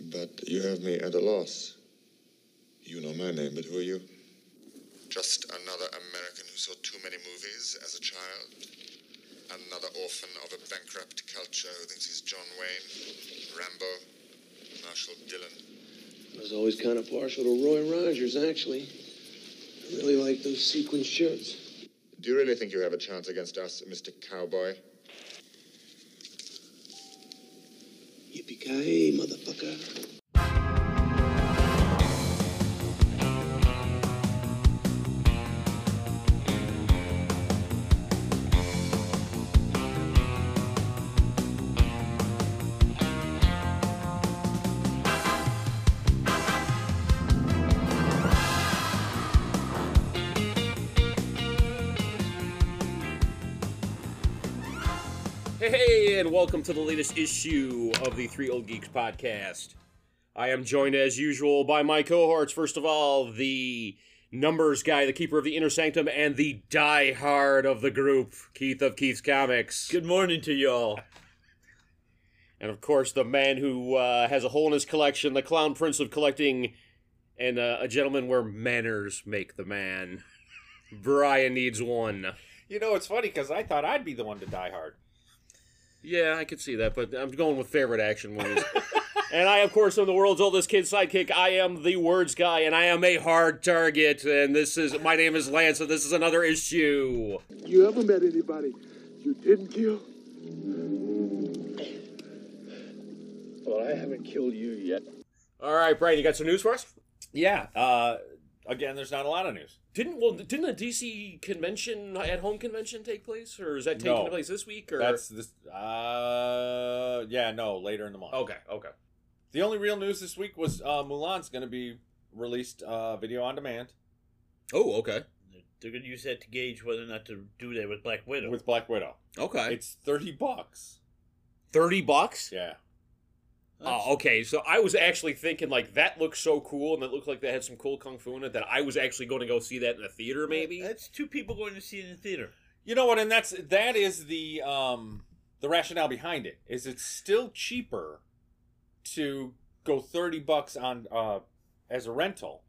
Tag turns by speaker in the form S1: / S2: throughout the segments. S1: But you have me at a loss. You know my name, but who are you?
S2: Just another American who saw too many movies as a child. Another orphan of a bankrupt culture who thinks he's John Wayne, Rambo, Marshall Dillon.
S3: I was always kind of partial to Roy Rogers, actually. I really like those sequin shirts.
S1: Do you really think you have a chance against us, Mr. Cowboy?
S3: Yippee-ki-yay, motherfucker.
S4: Hey, and welcome to the latest issue of the Three Old Geeks podcast. I am joined, as usual, by my cohorts. First of all, the numbers guy, the keeper of the inner sanctum, and the diehard of the group, Keith of Keith's Comics.
S5: Good morning to y'all.
S4: And of course, the man who uh, has a hole in his collection, the clown prince of collecting, and uh, a gentleman where manners make the man. Brian needs one.
S6: You know, it's funny because I thought I'd be the one to die hard.
S4: Yeah, I could see that, but I'm going with favorite action movies. and I, of course, am the world's oldest kid sidekick. I am the words guy, and I am a hard target. And this is my name is Lance, and this is another issue.
S7: You ever met anybody you didn't kill?
S8: Well, I haven't killed you yet.
S4: All right, Brian, you got some news for us?
S6: Yeah. Uh, again, there's not a lot of news.
S4: Didn't well? Didn't the DC convention at home convention take place, or is that taking
S6: No.
S4: place this week? Or
S6: That's this. Uh, yeah, no, later in the month.
S5: Oh.
S4: okay, okay.
S6: The only real news this week was uh, Mulan's going to be released uh, video on demand
S4: Oh, okay,
S5: They're gonna use that to gauge whether or not to do that with Black Widow.
S6: with Black Widow.
S4: okay.
S6: It's thirty bucks.
S4: Thirty bucks.
S6: Yeah.
S4: Oh, okay. So I was actually thinking like that looks so cool, and it looked like they had some cool kung fu in it. That I was actually going to go see that in the theater, maybe.
S5: that's two people going to see it in the theater.
S6: You know what? And that's that is the um the rationale behind it is it's still cheaper to go thirty bucks on uh as a rental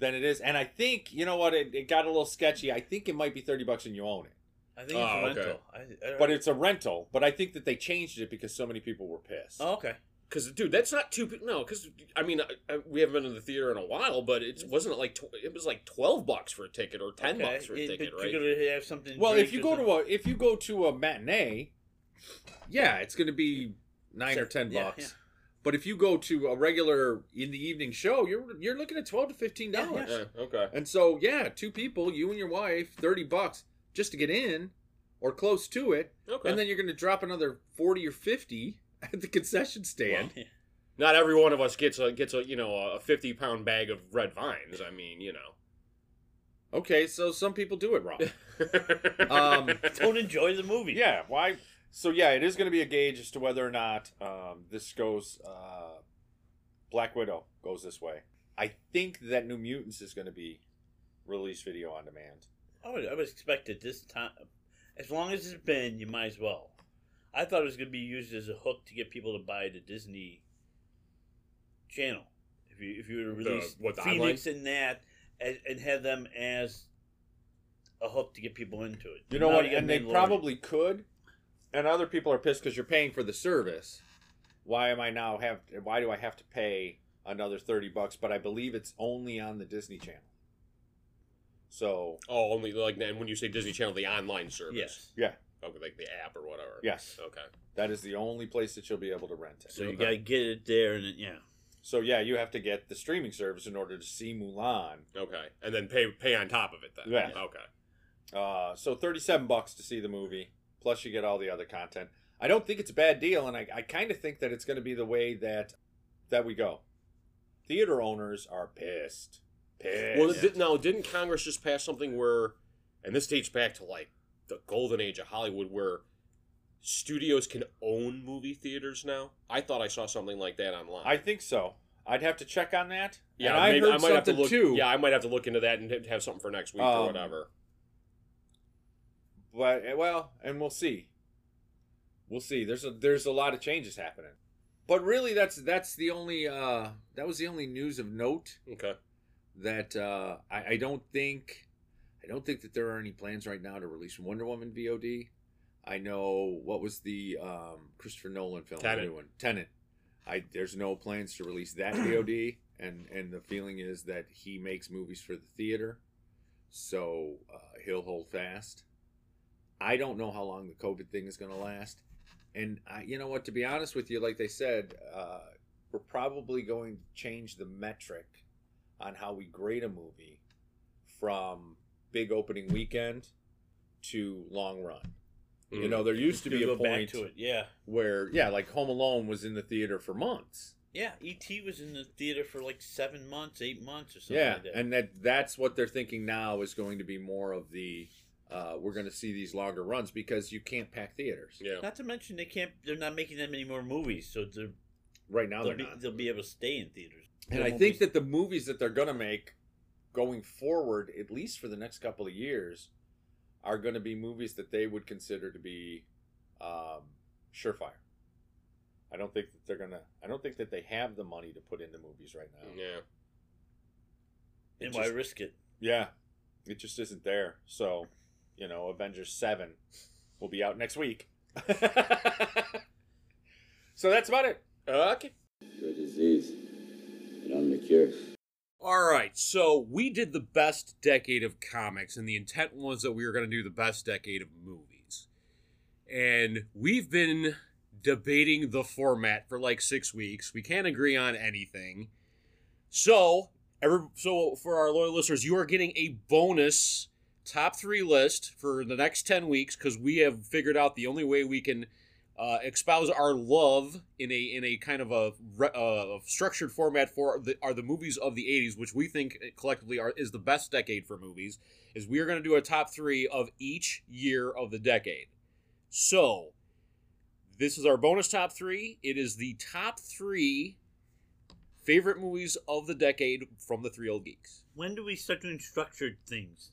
S6: than it is. And I think you know what? It, it got a little sketchy. I think it might be thirty bucks and you own it,
S5: I think
S4: Oh,
S5: it's a rental. I, I,
S6: but it's a rental. But I think that they changed it because so many people were pissed.
S5: oh, okay.
S4: Because, dude, that's not two. pe- No, because I mean, I, I, we haven't been in the theater in a while, but it wasn't like tw- it was like twelve bucks for a ticket or ten
S5: okay.
S4: bucks for a
S5: It-
S4: ticket,
S5: but
S4: right?
S5: You're gonna have something. to
S6: Well,
S5: drink
S6: if you
S5: or
S6: go to
S5: something.
S6: a if you go to a matinee, yeah, it's going to be nine or
S5: Sure.
S6: ten
S5: Yeah,
S6: bucks.
S5: yeah.
S6: But if you go to a regular in the evening show, you're you're looking at twelve to fifteen
S5: Yeah,
S6: dollars.
S5: yeah.
S4: Yeah, okay.
S6: And so, yeah, two people, you and your wife, thirty bucks just to get in, or close to it,
S4: Okay.
S6: and then you're going to drop another forty or fifty at the concession stand.
S5: Yeah.
S4: not every one of us gets a gets a you know a fifty pound bag of red vines. I mean, you know.
S6: Okay, so some people do it wrong. Um,
S5: Don't enjoy the movie.
S6: yeah, why? So yeah, it is going to be a gauge as to whether or not um, this goes. Uh, Black Widow goes this way. I think that New Mutants is going to be released video on demand.
S5: I would, I would expect at this time, as long as it's been, you might as well. I thought it was gonna be used as a hook to get people to buy the Disney channel. If you if you were to
S4: The-
S5: release
S4: what, the
S5: Phoenix and that, and, and have them as a hook to get people into it.
S6: You know
S5: Now
S6: what?
S5: got
S6: And they
S5: Mandalorian.
S6: probably could. And other people are pissed because you're paying for the service. Why am I now have? Why do I have to pay another thirty bucks? But I believe it's only on the Disney Channel. So
S4: oh, only like and when you say Disney Channel, the online service.
S5: yes.
S6: yeah,
S4: Okay, like the app or whatever.
S6: yes,
S4: Okay.
S6: that is the only place that you'll be able to rent it.
S5: So you gotta get it there, and it, yeah,
S6: So yeah, you have to get the streaming service in order to see Mulan.
S4: Okay. And then pay pay on top of it then.
S6: Yeah.
S4: Okay.
S6: Uh, so thirty-seven bucks to see the movie, plus you get all the other content. I don't think it's a bad deal, and I, I kind of think that it's going to be the way that that we go. Theater owners are pissed. Pissed.
S4: Well, did, now didn't Congress just pass something where, and this dates back to like the golden age of Hollywood, where studios can own movie theaters now? I thought I saw something like that online.
S6: I think so. I'd have to check on that.
S4: yeah,
S6: and I
S4: maybe-
S6: heard
S4: might have to
S6: something
S4: look,
S6: too.
S4: Yeah, I might have to look into that and have something for next week or
S6: Um,
S4: whatever.
S6: eh, But well, and we'll see. We'll see. There's a there's a lot of changes happening. But really, that's that's the only uh, that was the only news of note
S4: Okay.
S6: that uh, I, I don't think I don't think that there are any plans right now to release Wonder Woman VOD. I know what was the um, Christopher Nolan film
S4: Tenet.
S6: the new one? Tenet. I there's no plans to release that VOD, and and the feeling is that he makes movies for the theater, so uh, he'll hold fast. I don't know how long the COVID thing is going to last, and I, you know what? To be honest with you, like they said, uh, we're probably going to change the metric on how we grade a movie from big opening weekend to long run. You
S4: Mm.
S6: know, there used to
S5: Mm-hmm. You
S6: be a
S5: go
S6: point
S5: back to it. Yeah.
S6: where yeah, like Home Alone was in the theater for months.
S5: Yeah. E.T. was in the theater for like seven months, eight months or something
S6: yeah,
S5: like that.
S6: and that that's what they're thinking now is going to be more of the uh, we're going to see these longer runs because you can't pack theaters
S4: Yeah.
S5: Not to mention they can't. They're not making that many more movies, so they're,
S6: right now.
S5: they'll
S6: Oh, They're
S5: be
S6: not,
S5: they'll be able to stay in theaters.
S6: and I
S5: There
S6: think
S5: won't be-
S6: that the movies that they're going to make going forward, at least for the next couple of years, are going to be movies that they would consider to be um, surefire. I don't think that they're gonna. I don't think that they have the money to put into movies right now.
S4: Yeah.
S5: and
S6: it
S5: why
S6: just-
S5: risk it?
S6: Yeah, it just isn't there. So, you know, Avengers 7 will be out next week. so that's about it.
S4: Okay.
S8: Your disease. You don't have a cure.
S4: All right, so we did the best decade of comics, and the intent was that we were going to do the best decade of movies. And we've been debating the format for like six weeks. We can't agree on anything. So, every, so for our loyal listeners, you are getting a bonus top three list for the next ten weeks because we have figured out the only way we can uh, espouse our love in a in a kind of a re- uh, structured format for the, are the movies of the 80s, which we think collectively are is the best decade for movies. Is we are going to do a top three of each year of the decade. So this is our bonus top three. It is the top three favorite movies of the decade from the three old geeks.
S5: When do we start doing structured things?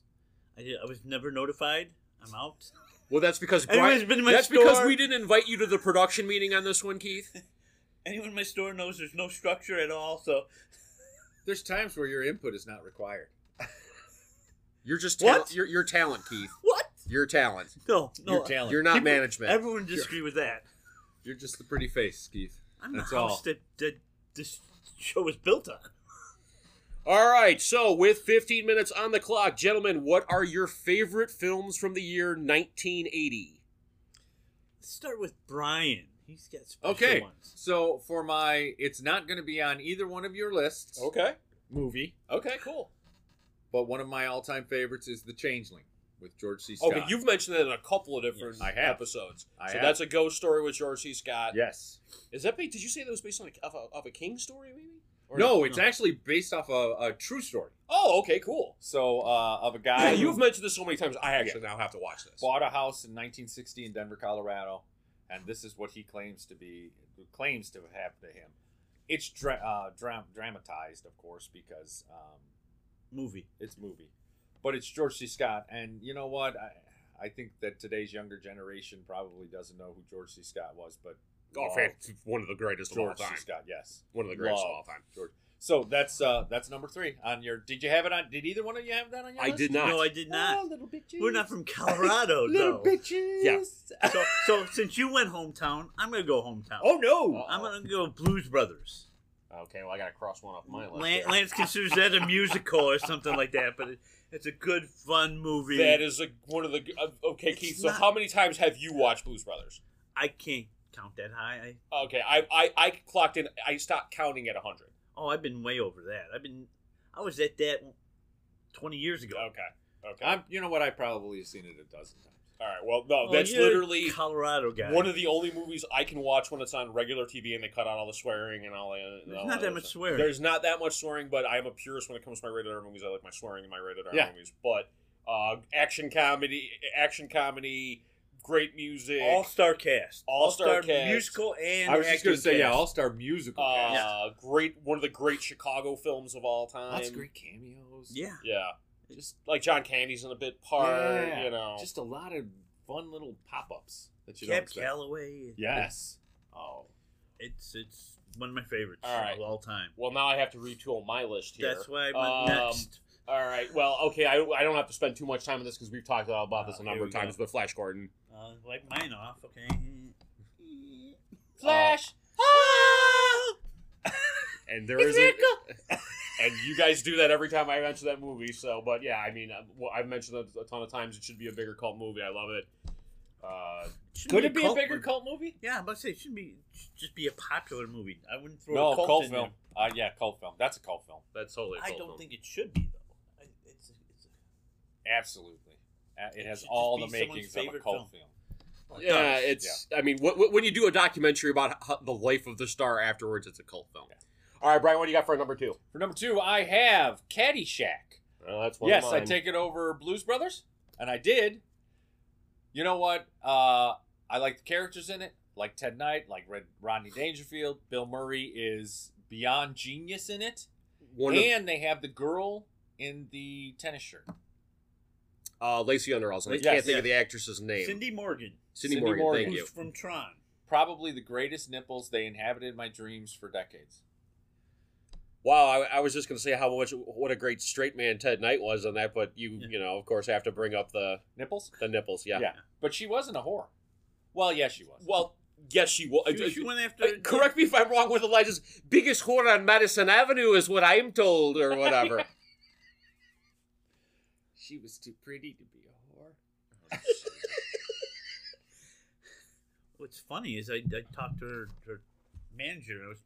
S5: I did, I was never notified. I'm out.
S4: Well, that's because
S5: Anyway,
S4: Brian-
S5: it's been in my
S4: that's because
S5: store.
S4: we didn't invite you to the production meeting on this one, Keith.
S5: Anyone in my store knows there's no structure at all. So
S6: There's times where your input is not required.
S4: You're just
S5: What?
S4: talent. You're, you're talent, Keith.
S5: what?
S4: Your talent.
S5: No, no.
S6: Your talent.
S4: You're not
S5: People-
S4: management.
S5: Everyone disagree with that.
S6: You're just the pretty face, Keith.
S5: I'm
S6: That's
S5: the house
S6: all.
S5: that, that this show was built on.
S4: All right, so with 15 minutes on the clock, gentlemen, what are your favorite films from the year 1980?
S5: Let's start with Brian. He's got special
S6: Okay.
S5: ones.
S6: So for my it's not going to be on either one of your lists.
S4: Okay.
S6: Movie.
S4: Okay, cool.
S6: But one of my all-time favorites is The Changeling with George C. Scott.
S4: Okay, you've mentioned that in a couple of different
S6: Yes, I have.
S4: episodes.
S6: I
S4: so
S6: have.
S4: that's a ghost story with George C. Scott.
S6: Yes.
S4: Is that based, did you say that was based on a, of a, of a King story maybe? Or
S6: No, Oh, it's actually based off a, a true story.
S4: Oh, okay, cool.
S6: So uh, of a guy
S4: Yeah,
S6: who-
S4: you've mentioned this so many times. I actually now have to watch this.
S6: bought a house in 1960 in Denver, Colorado, and this is what he claims to be claims to have happened to him. It's dra- uh, dram- dramatized, of course, because um,
S5: Movie.
S6: it's movie, but it's George C. Scott, and you know what? I, I think that today's younger generation probably doesn't know who George C. Scott was, but
S4: Oh,
S6: loved
S4: fan, one of the greatest
S6: George
S4: of all
S6: C.
S4: time.
S6: Scott, yes,
S4: One of the greatest of all
S6: Loved
S4: time.
S6: George. So that's uh, that's number three on your. Did you have it on? Did either one of you have that on your?
S4: I
S6: list?
S4: did not.
S5: No, I did not.
S6: Oh, little bitches.
S5: We're not from Colorado,
S6: little
S5: though.
S6: bitches.
S4: Yeah.
S5: So, so since you went hometown, I'm gonna go hometown.
S6: Oh no.
S5: I'm gonna go Blues Brothers.
S4: Okay, well, I got to cross one off my list.
S5: Lan-
S4: there.
S5: Lance considers that a musical or something like that, but it, it's a good, fun movie.
S4: That is a, one of the. Uh, okay,
S5: It's
S4: Keith. So,
S5: not-
S4: how many times have you watched Blues Brothers?
S5: I can't count that high. I,
S4: Okay, I I, I clocked in. I stopped counting at hundred.
S5: oh, I've been way over that. I've been, I was at that 20 years ago.
S4: Uh, Okay. Okay.
S6: I'm, you know what? I probably have seen it a dozen times.
S4: All right. Well, no,
S5: Oh,
S4: that's
S5: you're a
S4: literally
S5: Colorado guy.
S4: one of the only movies I can watch when it's on regular TV and they cut out all the swearing and all. the- And
S5: There's
S4: all
S5: not
S4: the
S5: that
S4: other
S5: much
S4: stuff.
S5: swearing.
S4: There's not that much swearing, but I'm a purist when it comes to my rated R movies. I like my swearing in my rated R
S6: Yeah.
S4: movies, but uh, action comedy, action comedy, great music.
S5: all star cast,
S4: All-star cast.
S5: musical and
S6: I was just
S5: acting
S6: gonna say, yeah,
S5: cast.
S6: All Star Musical.
S4: uh,
S6: cast.
S4: great. One of the great Chicago films of all time.
S6: Lots of great cameos.
S5: yeah.
S4: um, Yeah. Just like John Candy's in a bit part,
S6: Yeah.
S4: you know.
S6: just a lot of fun little pop ups that you
S5: Cab
S6: don't expect.
S5: Calloway.
S6: Yes.
S5: Oh, It's it's one of my favorites
S4: All right.
S5: of all time.
S4: Well, now I have to retool my list here.
S5: That's why I went
S4: Um,
S5: next.
S4: All right. Well, okay. I, I don't have to spend too much time on this because we've talked about this a
S5: Uh,
S4: number
S5: here
S4: of
S5: we go.
S4: times with Flash Gordon.
S5: Uh, wipe mine off, okay?
S4: Uh,
S6: Uh,
S4: Flash!
S5: Ah!
S4: And there is a, and you guys do that every time I mention that movie. So, but yeah, I mean, uh, well, I've mentioned it a ton of times. It should be a bigger cult movie. I love it. Uh,
S5: Shouldn't
S4: could it be a
S5: cult
S4: bigger
S5: movie.
S4: cult movie?
S5: Yeah, I'm about to say it should be should just be a popular movie. I wouldn't throw
S6: No,
S5: a cult,
S6: cult
S5: in
S6: film. Uh, yeah, cult film. That's a cult film.
S4: That's totally.
S5: there.
S4: a
S5: I
S4: cult
S5: don't
S4: film.
S5: think it should be though. I, it's, it's,
S6: Absolutely. Uh, It,
S5: It
S6: has
S5: should
S6: all the
S5: just be
S6: makings
S5: someone's
S6: of a
S5: favorite
S6: cult film.
S4: Yeah, Uh, it's. I mean, wh- wh- when you do a documentary about h- the life of the star afterwards, it's a cult film. All right, Brian, what do you got for number two?
S6: For number two, I have Caddyshack.
S4: Uh, that's
S6: yes, I take it over Blues Brothers, and I did. You know what? Uh, I like the characters in it, like Ted Knight, like Red Rodney Dangerfield. Bill Murray is beyond genius in it,
S4: one
S6: and they have the girl in the tennis shirt,
S4: of uh, Lacey Underalls. and I
S6: Yes,
S4: can't think of the
S6: yes.
S4: actress's name. Cindy,
S5: Cindy Morgan,
S6: Cindy
S4: Morgan,
S6: Morgan.
S4: Thank you.
S5: who's from Tron.
S6: probably the greatest nipples they inhabited my dreams for decades.
S4: Wow, I, I was just going to say how much what a great straight man Ted Knight was on that, but you
S5: Yeah.
S4: you know of course have to bring up the
S6: Nipples?
S4: the nipples. Yeah.
S6: But she wasn't a whore. Well, yeah, she was.
S4: Well, yes, she was.
S5: She, she went after.
S4: correct me if I'm wrong with Elijah's biggest whore on Madison Avenue is what I'm told or whatever.
S6: she was too pretty to be a whore.
S5: What's funny is I, I talked to her, her manager. I was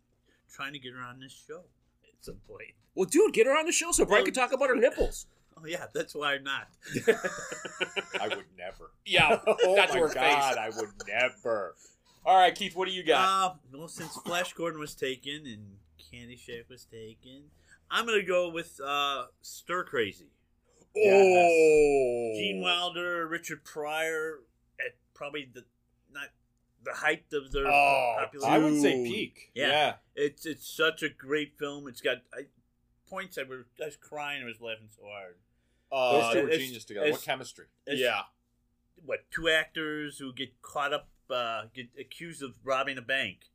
S5: trying to get her on this show at some point.
S4: well, dude, get her on the show so Brian can talk about her nipples.
S5: Oh yeah, that's why I'm not.
S6: I would never.
S4: Yeah,
S6: Oh
S4: that's
S6: my
S4: her
S6: god,
S4: face.
S6: I would never.
S4: All right, Keith, what do you got?
S5: Uh, well, since Flash Gordon was taken and Candy Shack was taken, I'm gonna go with uh, Stir Crazy.
S4: oh,
S5: Gene Wilder, Richard Pryor, at probably the not the height of their
S4: Oh,
S5: popularity.
S6: I would say
S4: Dude.
S6: peak.
S5: Yeah.
S6: yeah.
S5: It's it's such a great film. It's got I, points I, were, I was crying. I was laughing so hard.
S6: Those
S4: Uh,
S6: two were
S5: it's-
S6: genius together. What
S5: it's-
S6: chemistry?
S5: It's,
S4: yeah,
S5: what two actors who get caught up uh, get accused of robbing a bank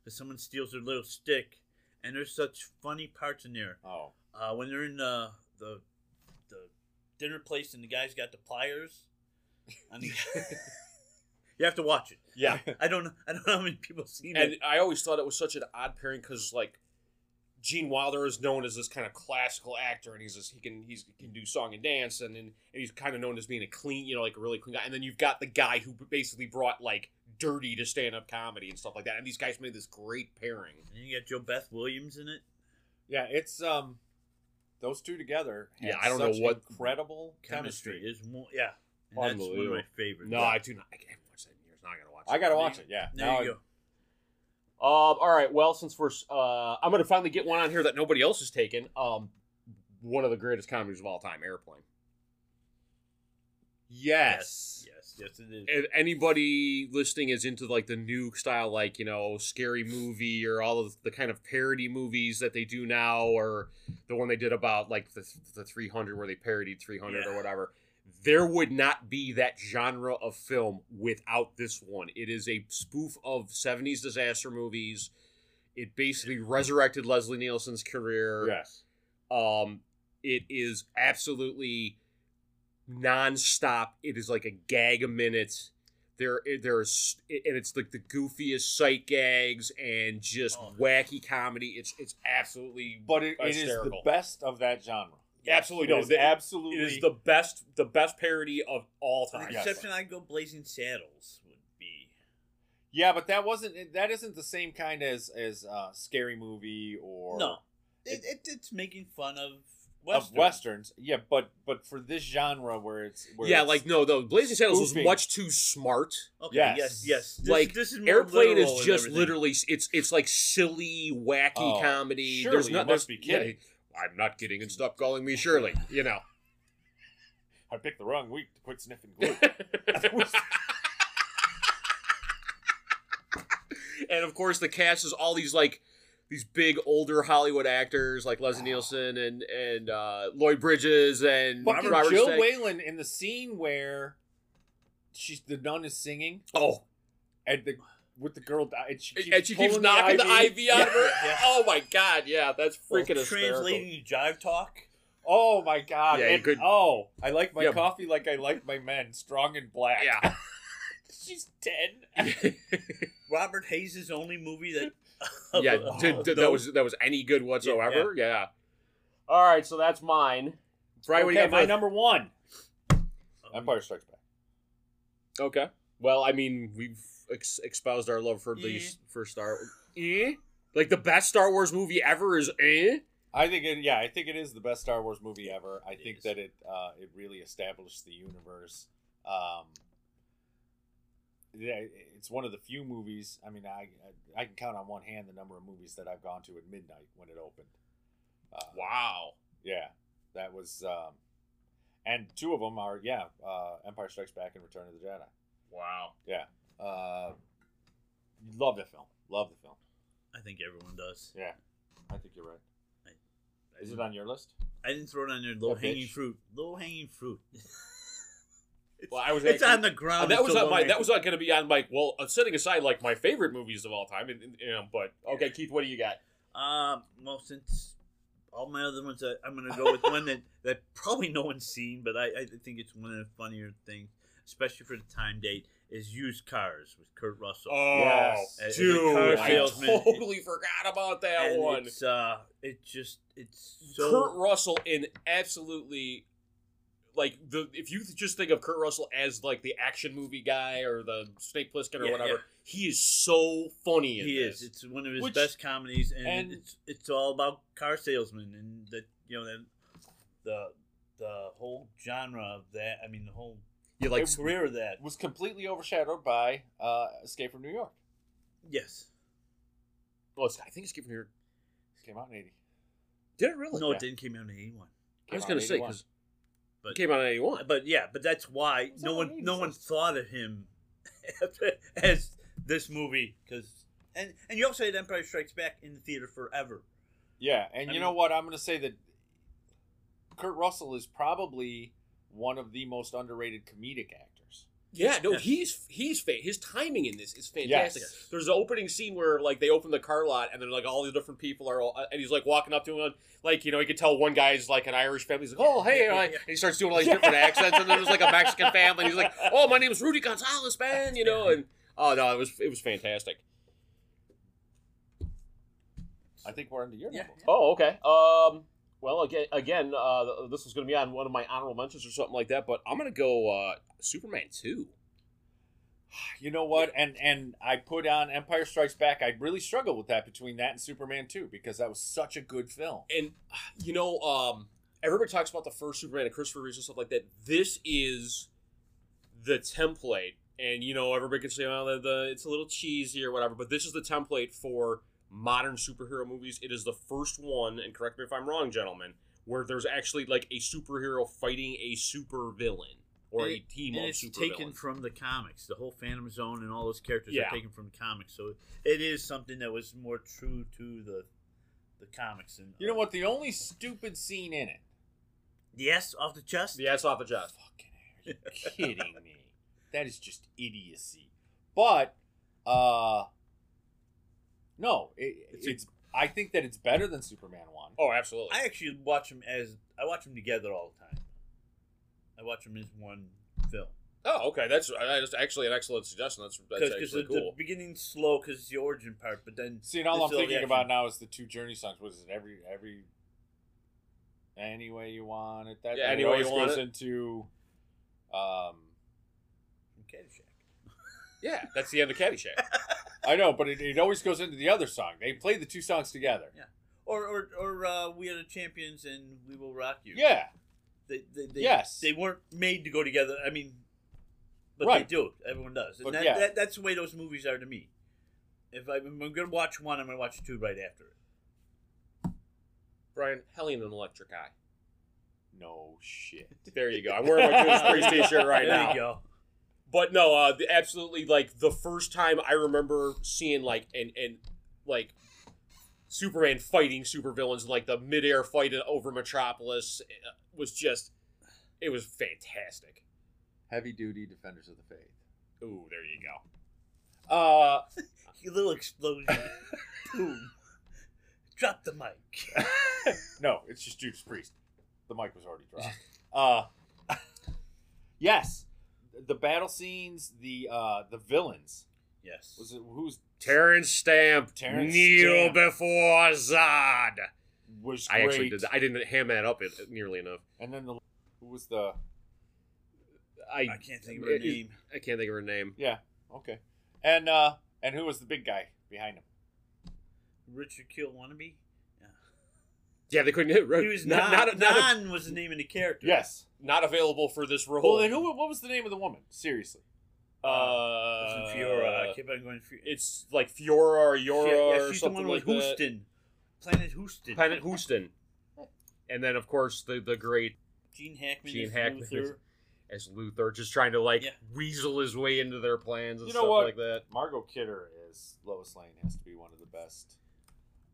S5: because someone steals their little stick and there's such funny parts in there
S6: Oh,
S5: uh, when they're in the, the the dinner place and the guy's got the pliers and the you have to watch it
S4: yeah.
S5: i don't i don't know how many people have seen
S4: And
S5: it
S4: I always thought it was such an odd pairing because like Gene Wilder is known as this kind of classical actor, and he's this, he can he's he can do song and dance, and then and he's kind of known as being a clean, you know, like a really clean guy. And then you've got the guy who basically brought like dirty to stand up comedy and stuff like that. And these guys made this great pairing.
S5: and you got joe beth williams in it
S6: yeah. It's um, those two together. had
S4: Yeah, I don't know
S6: such
S4: what-
S6: incredible
S5: chemistry,
S6: chemistry.
S5: is one yeah and that's one of
S4: Unbelievable.
S5: my favorites
S4: No, I do not. I haven't watched that in years. Now I gotta watch.
S6: I gotta watch it. Yeah.
S5: there
S6: Now
S5: you
S6: I-
S5: go
S4: Um, all right. Well, since we're, uh, I'm gonna finally get one on here that nobody else has taken. Um, one of the greatest comedies of all time, Airplane.
S5: yes yes yes it is
S4: if anybody listening is into like the new style, like you know, scary movie or all of the kind of parody movies that they do now, or the one they did about like the the 300 where they parodied 300 or
S5: Yeah.
S4: whatever. There would not be that genre of film without this one. It is a spoof of 70s disaster movies. It basically resurrected Leslie Nielsen's career.
S6: Yes.
S4: Um, it is absolutely nonstop. It is like a gag a minute. There, there's, and it's like the goofiest sight gags and just
S5: Oh.
S4: wacky comedy. It's it's absolutely,
S6: But it, it is the
S4: Hysterical.
S6: best of that genre.
S4: absolutely
S6: it is absolutely.
S4: It is the best, the best parody of all
S5: With
S4: time.
S5: the exception i go blazing saddles would be
S6: yeah, but that wasn't. That isn't the same kind as as uh, scary movie or
S5: no it, it, it's making fun of
S6: of
S5: Westerns.
S6: westerns. Yeah, but but for this genre where it's where
S4: yeah,
S6: it's-
S4: like no, though Blazing Saddles was
S6: Spoofing.
S4: much too smart.
S5: Okay,
S6: Yes.
S5: yes, yes. This,
S4: Like,
S5: this is more
S4: Airplane is
S5: literal and
S4: just
S5: everything.
S4: literally it's it's like silly, wacky
S6: Oh,
S4: comedy.
S6: surely
S4: there's
S6: you
S4: not
S6: must
S4: there's-
S6: be kidding.
S4: yeah, I'm not kidding, and stop calling me Shirley. You know.
S6: I picked the wrong week to quit sniffing glue.
S4: and of course, the cast is all these like these big older Hollywood actors like Leslie Nielsen and and uh, Lloyd Bridges and
S6: Fucking
S4: Robert
S6: Jill
S4: Stack.
S6: Whalen in the scene where she's the nun is singing
S4: Oh,
S6: and the with the girl die, and she keeps,
S4: and she keeps
S6: pulling
S4: knocking the IV, out of her.
S5: Yeah, yeah.
S4: Oh my god, yeah, that's freaking
S5: Well,
S4: hysterical.
S5: translating to jive talk.
S6: Oh my god!
S4: Yeah, you
S6: and-
S4: could-
S6: Oh, I like my
S4: Yeah.
S6: coffee like I like my men, strong and black.
S4: Yeah.
S6: she's ten.
S5: Robert Hayes' only movie that.
S4: yeah,
S5: Oh,
S4: did, did- that was that was any good whatsoever. Yeah. All right, so that's mine. Right, what do you Um, got
S6: okay, my
S4: for-
S6: number one. Empire Strikes Back.
S4: Okay. Well, I mean, we've ex- exposed our love for the
S5: Eh.
S4: for Star. Eh? Like the best Star Wars movie ever is eh.
S6: I think it. Yeah, I think it is the best Star Wars movie ever. I
S5: It
S6: think
S5: is.
S6: that it uh, it really established the universe. Um, yeah, it's one of the few movies. I mean, I I can count on one hand the number of movies that I've gone to at midnight when it opened. Uh,
S4: Wow.
S6: Yeah, that was, um, and two of them are yeah, uh, Empire Strikes Back and Return of the Jedi.
S4: Wow.
S6: Uh, love the film. Love the film.
S5: I think everyone does.
S6: Yeah, I think you're right.
S5: I
S6: Is it
S5: didn't-
S6: on your list?
S5: I didn't throw it on there. Low hanging
S6: bitch.
S5: fruit. Low hanging fruit.
S4: Well, I was.
S5: it's
S4: actually-
S5: on the ground.
S4: Uh, that
S5: it's
S4: was
S5: still
S4: on my.
S5: low-hanging
S4: That was not going to be on my. Well, uh, setting aside like my favorite movies of all time, and, and, you know, but okay, Keith, what do you got?
S5: Um, well, since all my other ones, I, I'm going to go with one that, that probably no one's seen, but I, I think it's one of the funnier things, especially for the time date, is Used Cars with Kurt Russell.
S6: Yes.
S5: As- as a
S4: Oh, dude,
S5: car
S4: I
S5: salesman.
S4: totally forgot about that
S5: and
S4: one.
S5: It's, uh, it just, it's so.
S4: Kurt Russell in absolutely like the if you just think of Kurt Russell as like the action movie guy or the Snake Plissken or
S5: Yeah,
S4: whatever,
S5: yeah.
S4: he is so funny. In
S5: He
S4: this.
S5: is. It's one of his
S6: Which-
S5: best comedies, and,
S6: and-
S5: it's it's all about car salesmen and the you know the the, the whole genre of that. I mean, the whole
S4: you like
S5: career of that.
S6: It was completely overshadowed by uh, Escape from New York.
S5: Yes.
S4: well, it's- I think it's given your
S6: Came out in eighty.
S4: did it really?
S5: No,
S6: Yeah.
S5: it didn't came out in eighty one.
S4: I was
S6: Came out
S4: gonna
S6: in
S4: say
S6: 81.
S4: because
S5: But-
S4: it came out in eighty one.
S5: But yeah, but that's why
S6: It's
S5: no
S6: all
S5: one
S6: needed.
S5: no one thought of him as this movie because and and you also had Empire Strikes Back in the theater forever.
S6: Yeah, and
S5: I
S6: you
S5: mean-
S6: know what? I'm going to say that Kurt Russell is probably one of the most underrated comedic actors.
S4: Yeah, no,
S5: Yes.
S4: he's he's fa- his timing in this is fantastic.
S5: Yes.
S4: There's an opening scene where like they open the car lot and then like all the different people are all, uh, and he's like walking up to him like you know you could tell one guy's like an Irish family. He's like, oh hey, and, like, and he starts doing all these different accents and then there's like a Mexican family. And he's like, oh my name is Rudy Gonzalez, man, you know, and oh no, it was it was fantastic.
S6: I think we're under your level.
S4: Oh, okay. Um, well, again, again, uh, this was going to be on one of my honorable mentions or something like that, but I'm going to go uh, Superman two.
S6: You know what? And and I put on Empire Strikes Back. I really struggled with that between that and Superman 2 because that was such a good film.
S4: and you know, um, everybody talks about the first Superman and Christopher Reeves and stuff like that. This is the template, and you know, everybody can say, "Oh, the, the it's a little cheesy or whatever," but this is the template for modern superhero movies. It is the first one, and correct me if I'm wrong, gentlemen, where there's actually like a superhero fighting a supervillain or a
S5: It-
S4: team
S5: And
S4: of
S5: it's taken
S4: supervillains.
S5: from the comics. The whole Phantom Zone and all those characters
S4: Yeah.
S5: are taken from the comics. So it is something that was more true to the the comics and
S6: You know what? The only stupid scene in it.
S5: Yes, off the chest.
S4: The ass off the chest.
S6: Fucking are you kidding me? That is just idiocy. But uh no, it,
S5: It's
S6: it's,
S5: a-
S6: I think that it's better than Superman 1.
S4: Oh, absolutely.
S5: I actually watch them as I watch them together all the time. I watch them as one film.
S4: oh, okay. That's, uh, that's actually an excellent suggestion. That's, that's
S5: because
S4: actually
S5: the, the
S4: cool.
S5: beginning's slow because it's the origin part, but then
S6: See, and all
S5: It's
S6: I'm
S5: all the
S6: thinking
S5: action.
S6: about now is the two Journey songs. Was it every every any way you want it? That
S4: Yeah,
S6: it
S4: Any Way You
S6: always
S4: Want
S6: goes
S4: It.
S6: into um.
S5: Caddyshack.
S4: yeah, that's the end of Caddyshack.
S6: I know, but it, it always goes into the other song. They play the two songs together.
S5: Yeah. Or or, or uh, we are the champions and we will rock you.
S6: Yeah,
S5: They, they, they,
S6: Yes.
S5: They weren't made to go together. I mean, but
S6: Right.
S5: they do. Everyone does. And
S6: But
S5: that,
S6: yeah.
S5: that, that's the way those movies are to me. If I, am gonna watch one, I'm gonna watch two right after it.
S4: Brian, Hellion and Electric Eye.
S6: no shit.
S4: There you go. I'm wearing my Judas Priest t-shirt right
S5: there
S4: now.
S5: you go.
S4: But no, uh, the, absolutely. Like the first time I remember seeing like and and like Superman fighting supervillains, like the midair fight over Metropolis uh, was just it was fantastic.
S6: Heavy duty defenders of the faith.
S4: Ooh, there you go.
S6: Uh,
S5: You little explosion. Boom. Drop the mic.
S6: no, it's just Judas Priest. The mic was already dropped. Uh, yes, the battle scenes, the uh, the villains.
S5: Yes.
S6: Was it who's
S4: Terrence Stamp,
S6: Terrence
S4: kneel
S6: Stamp.
S4: before Zod.
S6: was
S4: I
S6: great.
S4: actually did. I didn't ham that up it- nearly enough.
S6: And then the who was the
S4: I
S5: I can't think of her
S4: it- it-
S5: name.
S4: I can't think of her name.
S6: yeah okay, and uh and who was the big guy behind him?
S5: Richard Kill wannabe.
S4: Yeah, they couldn't hit.
S5: He was not.
S4: not, not, not,
S5: non was the name of the character.
S6: Yes.
S4: not available for this role.
S6: Well, then who? What was the name of the woman? Seriously.
S5: It
S4: Uh,
S5: wasn't Fiora. I keep on going. Fiora.
S4: it's like Fiora or Yora
S5: yeah,
S4: or
S5: she's the
S4: something
S5: one
S4: like
S5: with
S4: that.
S5: Houston. Planet Houston.
S4: Planet Houston. And then, of course, the the great
S5: Gene Hackman.
S4: Gene
S5: is
S4: Hackman is-
S5: Luther.
S4: as Luthor, just trying to like
S5: Yeah.
S4: weasel his way into their plans and
S6: You know
S4: stuff
S6: what?
S4: like that.
S6: Margot Kidder is Lois Lane has to be one of the best.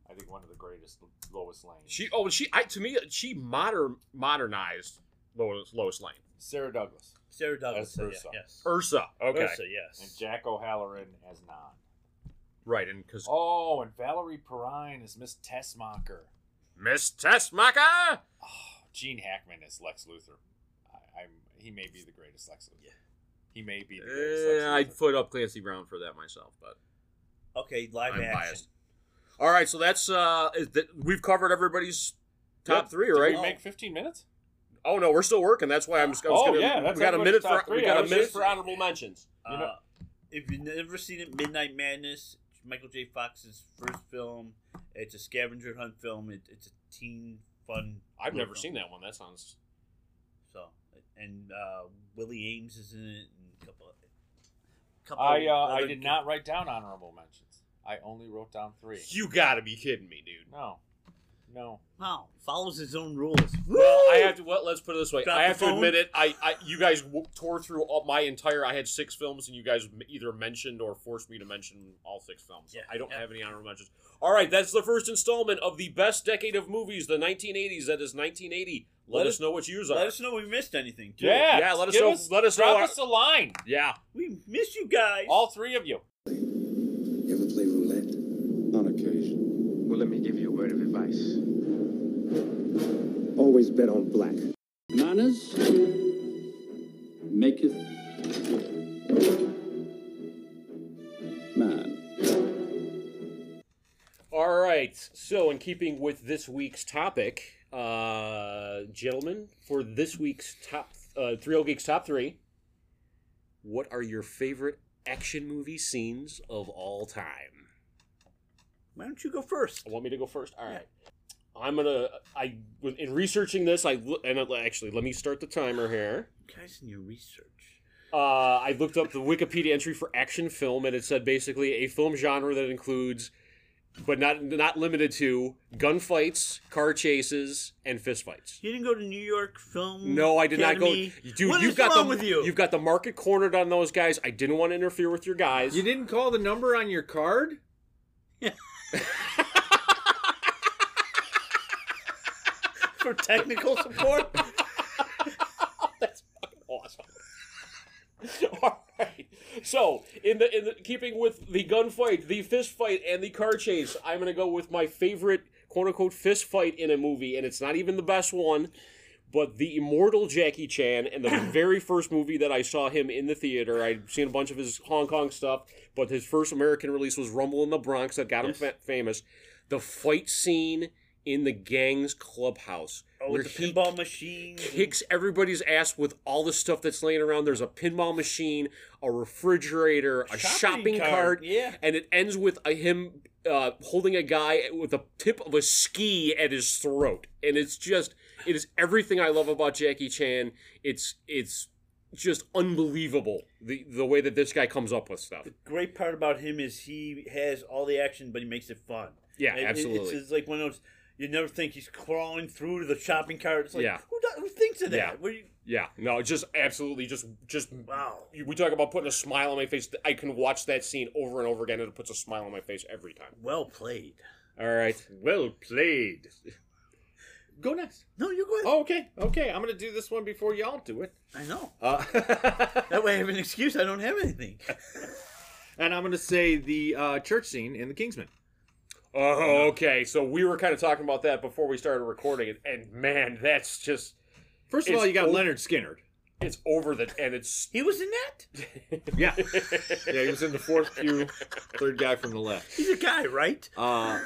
S6: I think one of the greatest Lois Lane.
S4: She oh she I to me she modern modernized Lois Lois Lane.
S6: Sarah Douglas
S5: Sarah Douglas.
S6: As
S5: so yeah,
S6: Ursa.
S5: yes.
S4: Ursa. Okay.
S5: Ursa, yes.
S6: and Jack O'Halloran as Non.
S4: Right, and because
S6: Oh, and Valerie Perrine is Miss Tessmacher.
S4: Miss Tessmacher.
S6: Oh, Gene Hackman is Lex Luthor. I, I'm he may be the greatest Lex Luthor. He may be the greatest.
S4: Eh,
S6: Lex
S4: I'd
S6: Luthor.
S4: put up Clancy Brown for that myself, but
S5: Okay, live
S4: I'm
S5: action.
S4: biased. all right. So that's uh, is that, we've covered everybody's top
S6: Good.
S4: three,
S6: Did
S4: right?
S6: we make 15 minutes?
S4: Oh no, we're still working. That's why I'm. Just, I was
S6: Oh,
S4: gonna,
S6: yeah, that's
S4: we got a
S6: everybody's
S4: minute for
S6: top three.
S4: we got
S6: I
S4: a
S6: was
S4: minute
S6: just-
S4: for honorable mentions.
S5: Uh,
S6: You know-
S5: if you've never seen it, Midnight Madness, Michael J. Fox's first film. It's a scavenger hunt film. It, it's a teen fun.
S4: I've
S5: little
S4: never
S5: film.
S4: seen that one. That sounds.
S5: So, and uh, Willie Ames is in it, and a couple. of- couple
S6: I uh, I
S5: other
S6: did not write down honorable mentions. I only wrote down three.
S4: You gotta be kidding me, dude.
S6: No, no.
S5: Wow, follows his own rules.
S4: Well, I have to. Well, let's put it this way.
S5: Drop
S4: I
S5: the
S4: have to
S5: phone.
S4: admit it. I, I you guys w- tore through all my entire. I had six films, and you guys m- either mentioned or forced me to mention all six films.
S5: Yeah,
S4: I don't
S5: yeah.
S4: have any honorable mentions. All right, that's the first installment of the best decade of movies, the 1980s. That is 1980. Let,
S5: Let
S4: us
S5: us-
S4: know what yours are.
S5: Let us know we missed anything. Too.
S6: Yeah,
S4: Yeah, let us
S6: give
S4: know- let us know
S6: Drop
S4: our-
S6: us a line,
S4: yeah.
S5: we missed you guys.
S6: all three of you.
S9: You ever play roulette?
S10: On occasion.
S9: Well, let me give you a word of advice. Always bet on black.
S10: Manners maketh man.
S4: All right. So, in keeping with this week's topic, uh, gentlemen, for this week's top uh, three old geeks top three, what are your favorite action movie scenes of all time?
S5: Why don't you go first?
S4: Want me to go first? All right. I'm gonna. I in researching this, I loo- and I- actually let me start the timer here.
S5: Guys, in your research.
S4: Uh, I looked up the Wikipedia entry for action film, and it said basically a film genre that includes, but not not limited to, gunfights, car chases, and fistfights.
S5: You didn't go to New York Film.
S4: No, I did
S5: Academy?
S4: not go. Dude,
S5: What
S4: you've
S5: is
S4: got
S5: wrong
S4: the
S5: with you?
S4: have got the market cornered on those guys. I didn't want to interfere with your guys.
S6: didn't call the number on your card.
S5: for technical support.
S4: That's fucking awesome. All right. So, in the in the, keeping with the gunfight, the fist fight, and the car chase, I'm gonna go with my favorite "quote unquote" fist fight in a movie, and it's not even the best one, but the immortal Jackie Chan, and the very first movie that I saw him in the theater. I'd seen a bunch of his Hong Kong stuff, but his first American release was Rumble in the Bronx that got him fa- famous. The fight scene in the gang's clubhouse,
S5: Oh,
S4: where
S5: with the
S4: he
S5: pinball machine.
S4: kicks everybody's ass with all the stuff that's laying around. There's a pinball machine, a refrigerator, a shopping, cart,
S5: Yeah.
S4: and it ends with a, him uh, holding a guy with the tip of a ski at his throat. And it's just, it is everything I love about Jackie Chan. It's it's just unbelievable the the way that this guy comes up with stuff.
S5: Great part about him is he has all the action, but he makes it fun.
S4: Yeah,
S5: It- it-
S4: absolutely.
S5: It's, it's like one of those. You never think he's crawling through the shopping cart. It's like,
S4: Yeah.
S5: who, do, who thinks of that?
S4: Yeah.
S5: What do you,
S4: yeah, no, it's just absolutely just just
S5: wow.
S4: we talk about putting a smile on my face. I can watch that scene over and over again, and it puts a smile on my face every time.
S5: Well played.
S4: All right.
S5: Well played.
S6: Go next.
S5: No, you're good.
S6: Oh, okay, okay. I'm gonna do this one before
S5: Oh.
S6: y'all do it.
S5: I know.
S6: Uh,
S5: That way I have an excuse. I don't have anything.
S6: And I'm going to say the uh, church scene in The Kingsman.
S4: Oh, okay. So we were kind of talking about that before we started recording it, and man, that's just
S6: First of
S4: It's
S6: all, you got
S4: o-
S6: Leonard Skinner.
S4: it's over the and it's
S5: He was in that.
S6: Yeah. yeah, he was in the fourth pew, third guy from the left.
S5: He's a guy, right?
S6: Uh,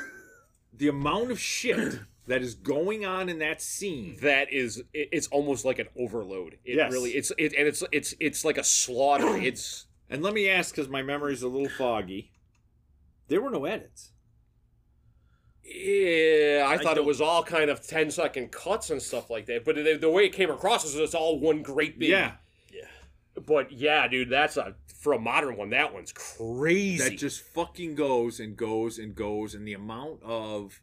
S6: the amount of shit that is going on in that scene.
S4: that is it- it's almost like an overload. It
S6: Yes.
S4: really it's it and it's it's it's like a slaughter. It's
S6: And let me ask, because my memory's a little foggy. There were no edits.
S4: yeah, I
S5: I
S4: thought it
S5: don't-
S4: was all kind of 10 second cuts and stuff like that. But the, the way it came across is it's all one great big.
S6: Yeah,
S4: But yeah, dude, that's a for a modern one. That one's crazy.
S6: that just fucking goes and goes and goes, and the amount of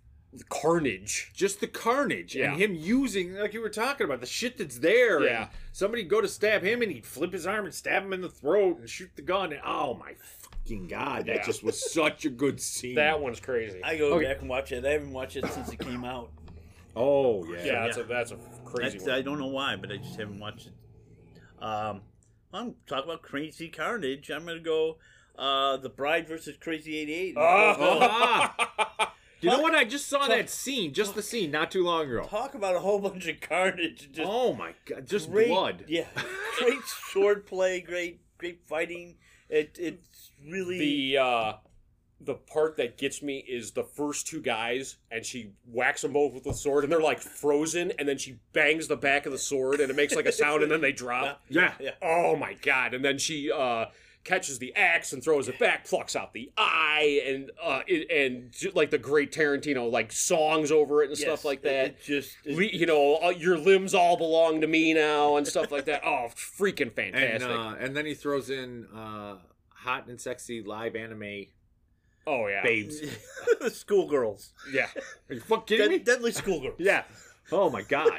S4: carnage.
S6: just the carnage
S4: Yeah.
S6: and him using, like you were talking about, the shit that's there. and
S4: Yeah.
S6: somebody go to stab him, and he'd flip his arm and stab him in the throat and shoot the gun. And oh my fucking god, that
S4: Yeah.
S6: just was such a good scene.
S4: That one's crazy.
S5: I go
S6: Okay.
S5: back and watch it. I haven't watched it since it came out.
S6: Oh yeah.
S4: yeah, that's a that's a crazy
S5: That's-
S4: one.
S5: I don't know why, but I just haven't watched it. Um, I'm talking about Crazy Carnage. I'm gonna go uh, the Bride versus Crazy Oh, 88.
S4: Oh.
S6: Ah. you know what? I just saw that scene, just the scene, not too long ago.
S5: Talk about a whole bunch of carnage. Just
S6: oh my god, just
S5: great,
S6: blood.
S5: Yeah, great sword play. Great, great fighting. It it's really
S4: the uh the part that gets me is the first two guys and she whacks them both with the sword and they're like frozen and then she bangs the back of the sword and it makes like a sound and then they drop
S6: Yeah.
S5: yeah.
S4: oh my god and then she uh catches the axe and throws it back plucks out the eye and uh it, and ju- like the great tarantino like songs over it and
S5: yes,
S4: stuff like
S5: it-
S4: that
S5: It, just it-
S4: Le- you know uh, your limbs all belong to me now and stuff like that oh freaking
S6: And
S4: fantastic
S6: uh, and then he throws in uh, hot and sexy live anime
S4: oh yeah
S6: babes.
S5: the schoolgirls.
S4: yeah
S6: Are you fucking kidding
S5: Dead,
S6: me?
S5: deadly schoolgirls.
S6: Yeah. Oh my god.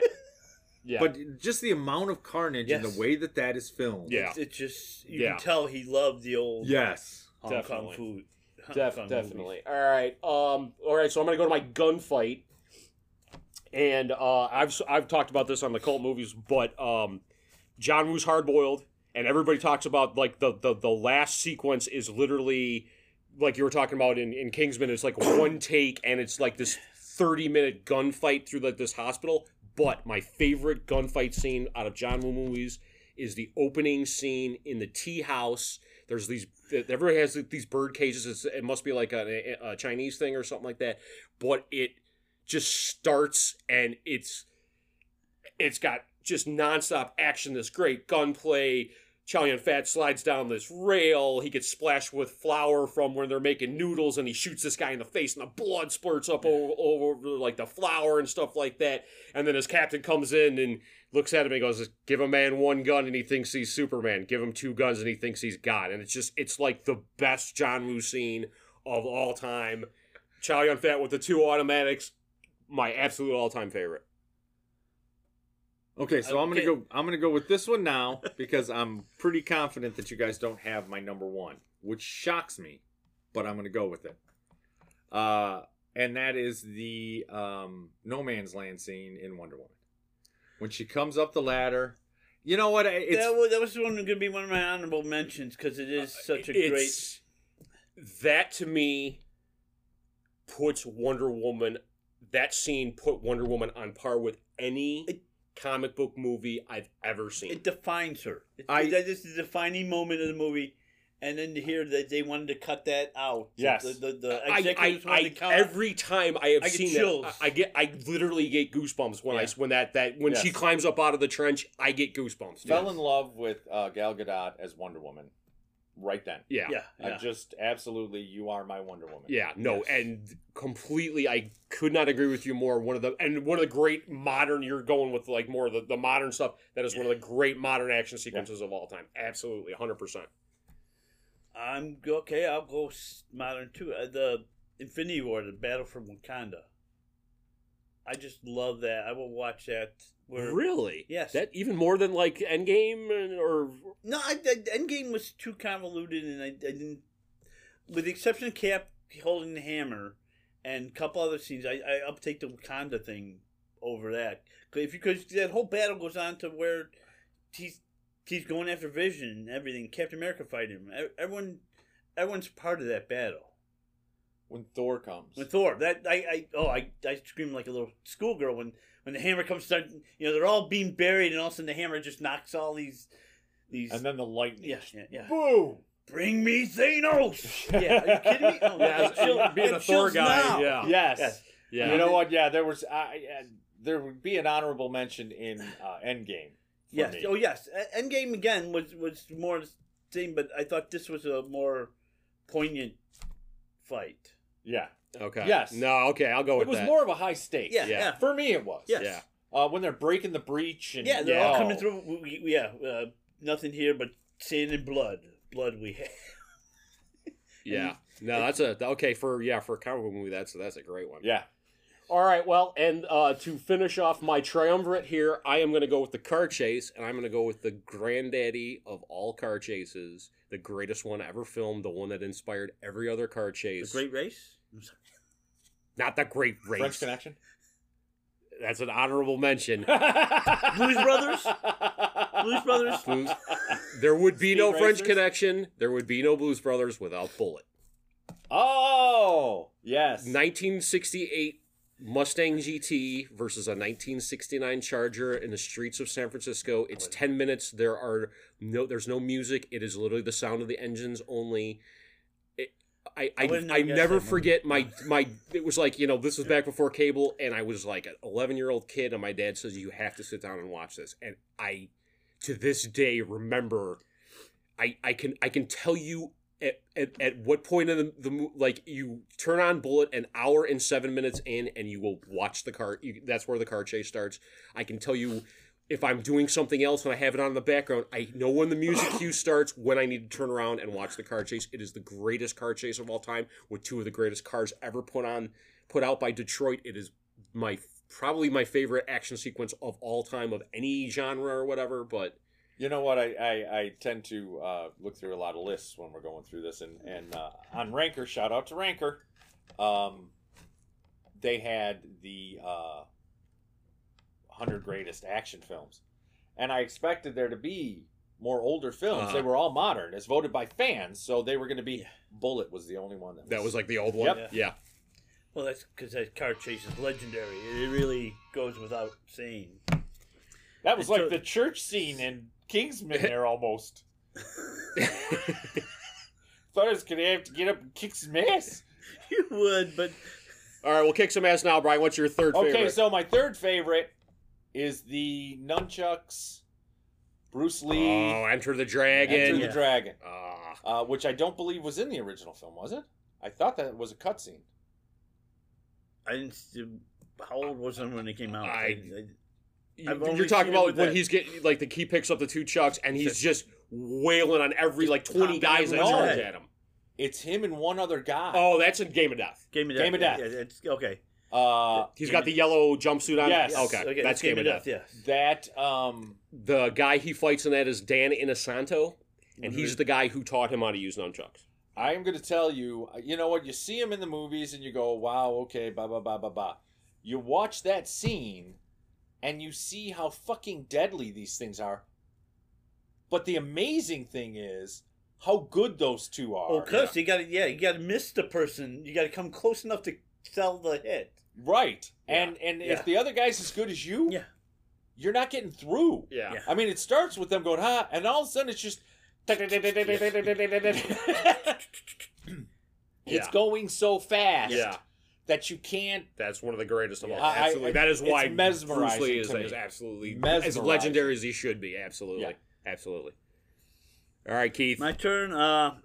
S4: yeah
S6: But just the amount of carnage and
S5: Yes.
S6: the way that that is filmed.
S4: Yeah.
S5: It, it just you
S4: Yeah.
S5: can tell he loved the old
S6: Yes.
S5: Hong
S4: Definitely.
S5: Kong food. Hong
S4: Def-
S5: Kong movies.
S4: definitely. All right. Um. All right. So I'm gonna go to my gunfight, and uh, I've s- I've talked about this on the cult movies, but um, John Woo's hard boiled, and everybody talks about like the the the last sequence is literally like you were talking about in in Kingsman. It's like one take, and it's like this thirty minute gunfight through like this hospital. But my favorite gunfight scene out of John Woo movies is the opening scene in the tea house. There's these. Everybody has these bird cages. It's, it must be like a, a Chinese thing or something like that. But it just starts and it's it's got just nonstop action. This great gunplay. Chow Yun Fat slides down this rail. He gets splashed with flour from when they're making noodles, and he shoots this guy in the face, and the blood splurts up over, over like the flour and stuff like that. And then his captain comes in and looks at him and goes, "Give a man one gun and he thinks he's Superman. Give him two guns and he thinks he's God." And it's just, it's like the best John Woo scene of all time. Chow Yun Fat with the two automatics, my absolute all-time favorite.
S6: Okay, so I'm gonna
S5: Okay.
S6: go. I'm gonna go with this one now because I'm pretty confident that you guys don't have my number one, which shocks me, but I'm gonna go with it. Uh, and that is the um, No Man's Land scene in Wonder Woman when she comes up the ladder. You know what? It's
S5: that was, that was one going to be one of my honorable mentions because it is such a great.
S4: Uh, It's- that to me puts Wonder Woman. That scene put Wonder Woman on par with any
S5: It-
S4: comic book movie I've ever seen.
S5: It defines her. It,
S6: I-
S5: that is the defining moment of the movie, and then to hear that they wanted to cut that out.
S6: Yes.
S5: the the, the
S4: I, I,
S5: executives wanted to
S4: I,
S5: cut.
S4: every time I have
S5: I get
S4: seen
S5: chills.
S4: that, I, I get I literally get goosebumps when I
S6: Yeah.
S4: when that that when she
S6: Yes.
S4: climbs up out of the trench, I get goosebumps.
S6: fell in love with uh, Gal Gadot as Wonder Woman right then.
S4: yeah,
S5: yeah,
S4: yeah,
S5: yeah.
S6: I just absolutely, you are my Wonder Woman.
S4: no,
S6: Yes.
S4: and completely, I could not agree with you more. One of the and one of the great modern you're going with like more of the, the modern stuff. That is one of the great modern action sequences of all time. Absolutely, hundred percent.
S5: I'm go- okay. I'll go s- modern too. Uh, the Infinity War, the Battle for Wakanda. I just love that. I will watch that. Where
S4: Really?
S5: Yes.
S4: That even more than like Endgame and- or
S5: No, I, I, Endgame was too convoluted, and I, I didn't. With the exception of Cap holding the hammer and a couple other scenes, I, I uptake the Wakanda thing over that. 'Cause If because that whole battle goes on to where he's he's going after Vision and everything. Captain America fighting him. E- Everyone, everyone's part of that battle.
S6: when Thor comes.
S5: When Thor, that I, I oh I, I scream like a little schoolgirl when when the hammer comes down. You know they're all being buried, and all of a sudden the hammer just knocks all these these.
S6: and then the lightning.
S5: yeah, yeah, yeah.
S6: Boom!
S5: Bring me Thanos. yeah, are you kidding me? Oh,
S4: Yeah,
S5: it chill-
S4: being
S5: it
S4: a Thor
S5: chills
S4: guy,
S5: now.
S4: yeah.
S6: Yes.
S5: Yes.
S4: Yeah.
S6: You know what? Yeah, there was. I, I there would be an honorable mention in uh, Endgame. for
S5: Yes.
S6: me.
S5: Oh, yes. E- Endgame again was was more the same, but I thought this was a more poignant fight.
S6: yeah.
S4: Okay.
S6: Yes.
S4: No. Okay. I'll go with
S6: It was
S4: Oh, that.
S6: more of a high stake.
S5: Yeah.
S4: Yeah.
S5: Yeah. Yeah.
S6: For me, it was.
S5: Yes.
S4: Yeah.
S6: Uh, when they're breaking the breach and
S5: they're all
S6: Oh.
S5: coming through. We, we- yeah. Uh, nothing here but sin and blood. Blood we have.
S4: Yeah. No, that's a okay for yeah for a comic book movie. That's that's a great one.
S6: Yeah.
S4: All right. Well, and uh, to finish off my triumvirate here, I am going to go with the car chase, and I'm going to go with the granddaddy of all car chases, the greatest one ever filmed, the one that inspired every other car
S5: The
S4: chase.
S5: Great Race. I'm sorry.
S4: Not the Great
S6: French
S4: Race.
S6: Connection.
S4: That's an honorable mention.
S6: Blues
S5: Brothers? Blues Brothers.
S4: Blues- there would be
S6: Speed
S4: no French
S6: Racers?
S4: Connection. There would be no Blues Brothers without Bullet.
S6: Oh yes.
S4: 1968 Mustang GT versus a 1969 Charger in the streets of San Francisco. It's 10 minutes. There are no there's no music. It is literally the sound of the engines only. It, I I,
S5: I wouldn't
S4: I,
S5: have guessed
S4: never
S5: that movie.
S4: forget my my it was like, you know, this was back before cable and I was like an 11-year-old kid and my dad says you have to sit down and watch this and I to this day remember I, I can I can tell you at, at, at what point in the, the mo- like you turn on bullet an hour and seven minutes in and you will watch the car you, that's where the car chase starts i can tell you if i'm doing something else and i have it on in the background i know when the music cue starts when i need to turn around and watch the car chase it is the greatest car chase of all time with two of the greatest cars ever put on put out by detroit it is my probably my favorite action sequence of all time of any genre or whatever but
S6: You know what? I, I, I tend to uh, look through a lot of lists when we're going through this, and and uh, on Ranker, shout out to Ranker, um, they had the uh, hundred greatest action films, and I expected there to be more older films.
S4: Uh-huh.
S6: They were all modern, as voted by fans, so they were going to be. Bullet was the only one that was,
S4: that was like the old one
S6: Yep.
S4: yeah
S5: Well, that's because that car chase is legendary. It really goes without saying.
S6: that was
S5: it's
S6: like
S5: a-
S6: the church scene in Kingsman there almost. Thought I was going to have to get up and kick some ass.
S5: You would, but
S4: All right, we'll kick some ass now, Brian. What's your third
S6: Okay,
S4: favorite?
S6: so my third favorite is the nunchucks, Bruce Lee,
S4: oh, Enter the Dragon.
S6: Enter the
S5: yeah.
S6: Dragon,
S4: Ah,
S6: uh, which I don't believe was in the original film, was it? I thought that was a cutscene.
S5: I didn't. See, how old was I when it came out?
S4: I- you,
S5: I've
S4: are
S5: only
S4: talking
S5: seen it
S4: about
S5: with
S4: when
S5: that-
S4: he's getting like the he picks up the two chucks and he's just wailing on every like twenty
S5: pop
S4: guys that
S6: everyone's
S4: charge
S5: head.
S4: at him.
S6: It's him and one other guy.
S4: Oh, that's a game of death.
S5: Game of Death.
S6: Game of
S5: yeah,
S6: Death.
S5: yeah, it's, okay.
S6: Uh,
S4: He's
S5: Game
S4: got
S5: of-
S4: the yellow jumpsuit on.
S6: Yes.
S4: Okay, that's Game, of Death.
S5: Yes.
S6: that um,
S4: The guy he fights in that is Dan Inosanto, and he's the guy who taught him how to use nunchucks.
S6: I am going to tell you. uh, You know what? You see him in the movies, and you go, "Wow, okay, ba ba ba ba ba." You watch that scene, and you see how fucking deadly these things are. But the amazing thing is how good those two are.
S5: Oh, close. You got to yeah. You got to miss the person. You got to come close enough to sell the hit.
S6: Right. And and
S5: Yeah.
S6: if the other guy's as good as you,
S5: Yeah.
S6: you're not getting through.
S4: Yeah.
S5: Yeah.
S6: I mean, it starts with them going, "Ha," and all of a sudden it's just. it's
S4: Yeah.
S6: going so fast
S4: Yeah.
S6: that you can't
S4: That's one of the greatest of all.
S6: Yeah. I- I-
S4: Absolutely, that is
S6: it's
S4: why Bruce
S6: mesmerizing
S4: Lee is,
S6: to me.
S4: is absolutely as
S6: Mesmerizing.
S4: legendary as he should be. Absolutely,
S6: Yeah.
S4: absolutely. All right, Keith.
S5: My turn. Uh,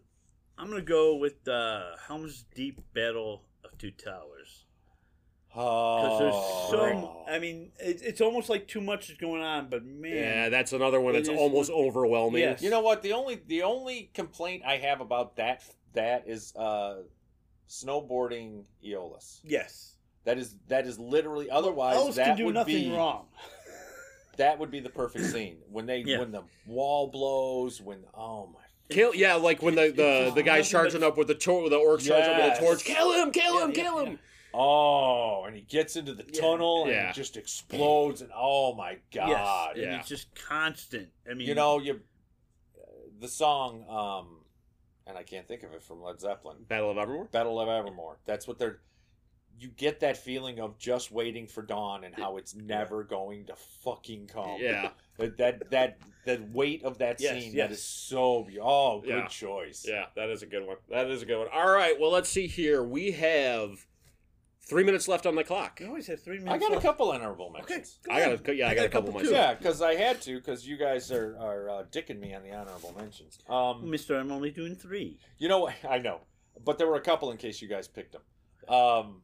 S5: I'm gonna go with uh, Helm's Deep Battle of Two Towers. Because there's so. m- I mean, it, it's almost like too much is going on, but man,
S4: yeah, that's another one
S5: It
S4: that's
S5: is-
S4: almost overwhelming.
S5: Yes.
S6: you know what? The only the only complaint I have about that that is uh, snowboarding Eolus.
S5: yes.
S6: That is that is literally otherwise
S5: Elves
S6: that
S5: can do
S6: would
S5: nothing
S6: be
S5: wrong.
S6: that would be the perfect scene when they
S5: Yeah.
S6: when the wall blows when oh my
S4: Kill yeah, like when the the, the guy's
S5: nothing
S4: charging
S5: but-
S4: up with the tor- the orcs charging up with
S6: Yes.
S4: the torch. Kill him! Kill him!
S5: Yeah,
S4: kill
S5: yeah,
S4: him!
S6: oh and he gets into the
S5: Yeah.
S6: tunnel and
S4: Yeah.
S6: it just explodes and oh my god
S5: yes,
S4: yeah.
S5: and it's just constant. I mean,
S6: you know you the song uh, um and I can't think of it from Led Zeppelin.
S4: Battle of Evermore.
S6: Battle of Evermore. That's what they're. You get that feeling of just waiting for dawn and how it's never going to fucking come.
S4: Yeah,
S6: That that that, that weight of that
S5: Yes,
S6: scene
S5: yes.
S6: that is so. be- Oh, good
S4: Yeah.
S6: choice.
S4: yeah, that is a good one. That is a good one. All right, well, let's see here. We have three minutes left on the clock.
S5: You always have three minutes.
S6: I got a
S5: left.
S6: couple honorable mentions.
S4: I got a yeah, I got a couple myself.
S6: Yeah, because I had to, because you guys are are uh, dicking me on the honorable mentions. Um,
S5: Mister, I'm only doing three.
S6: You know, I know, but there were a couple in case you guys picked them. Um,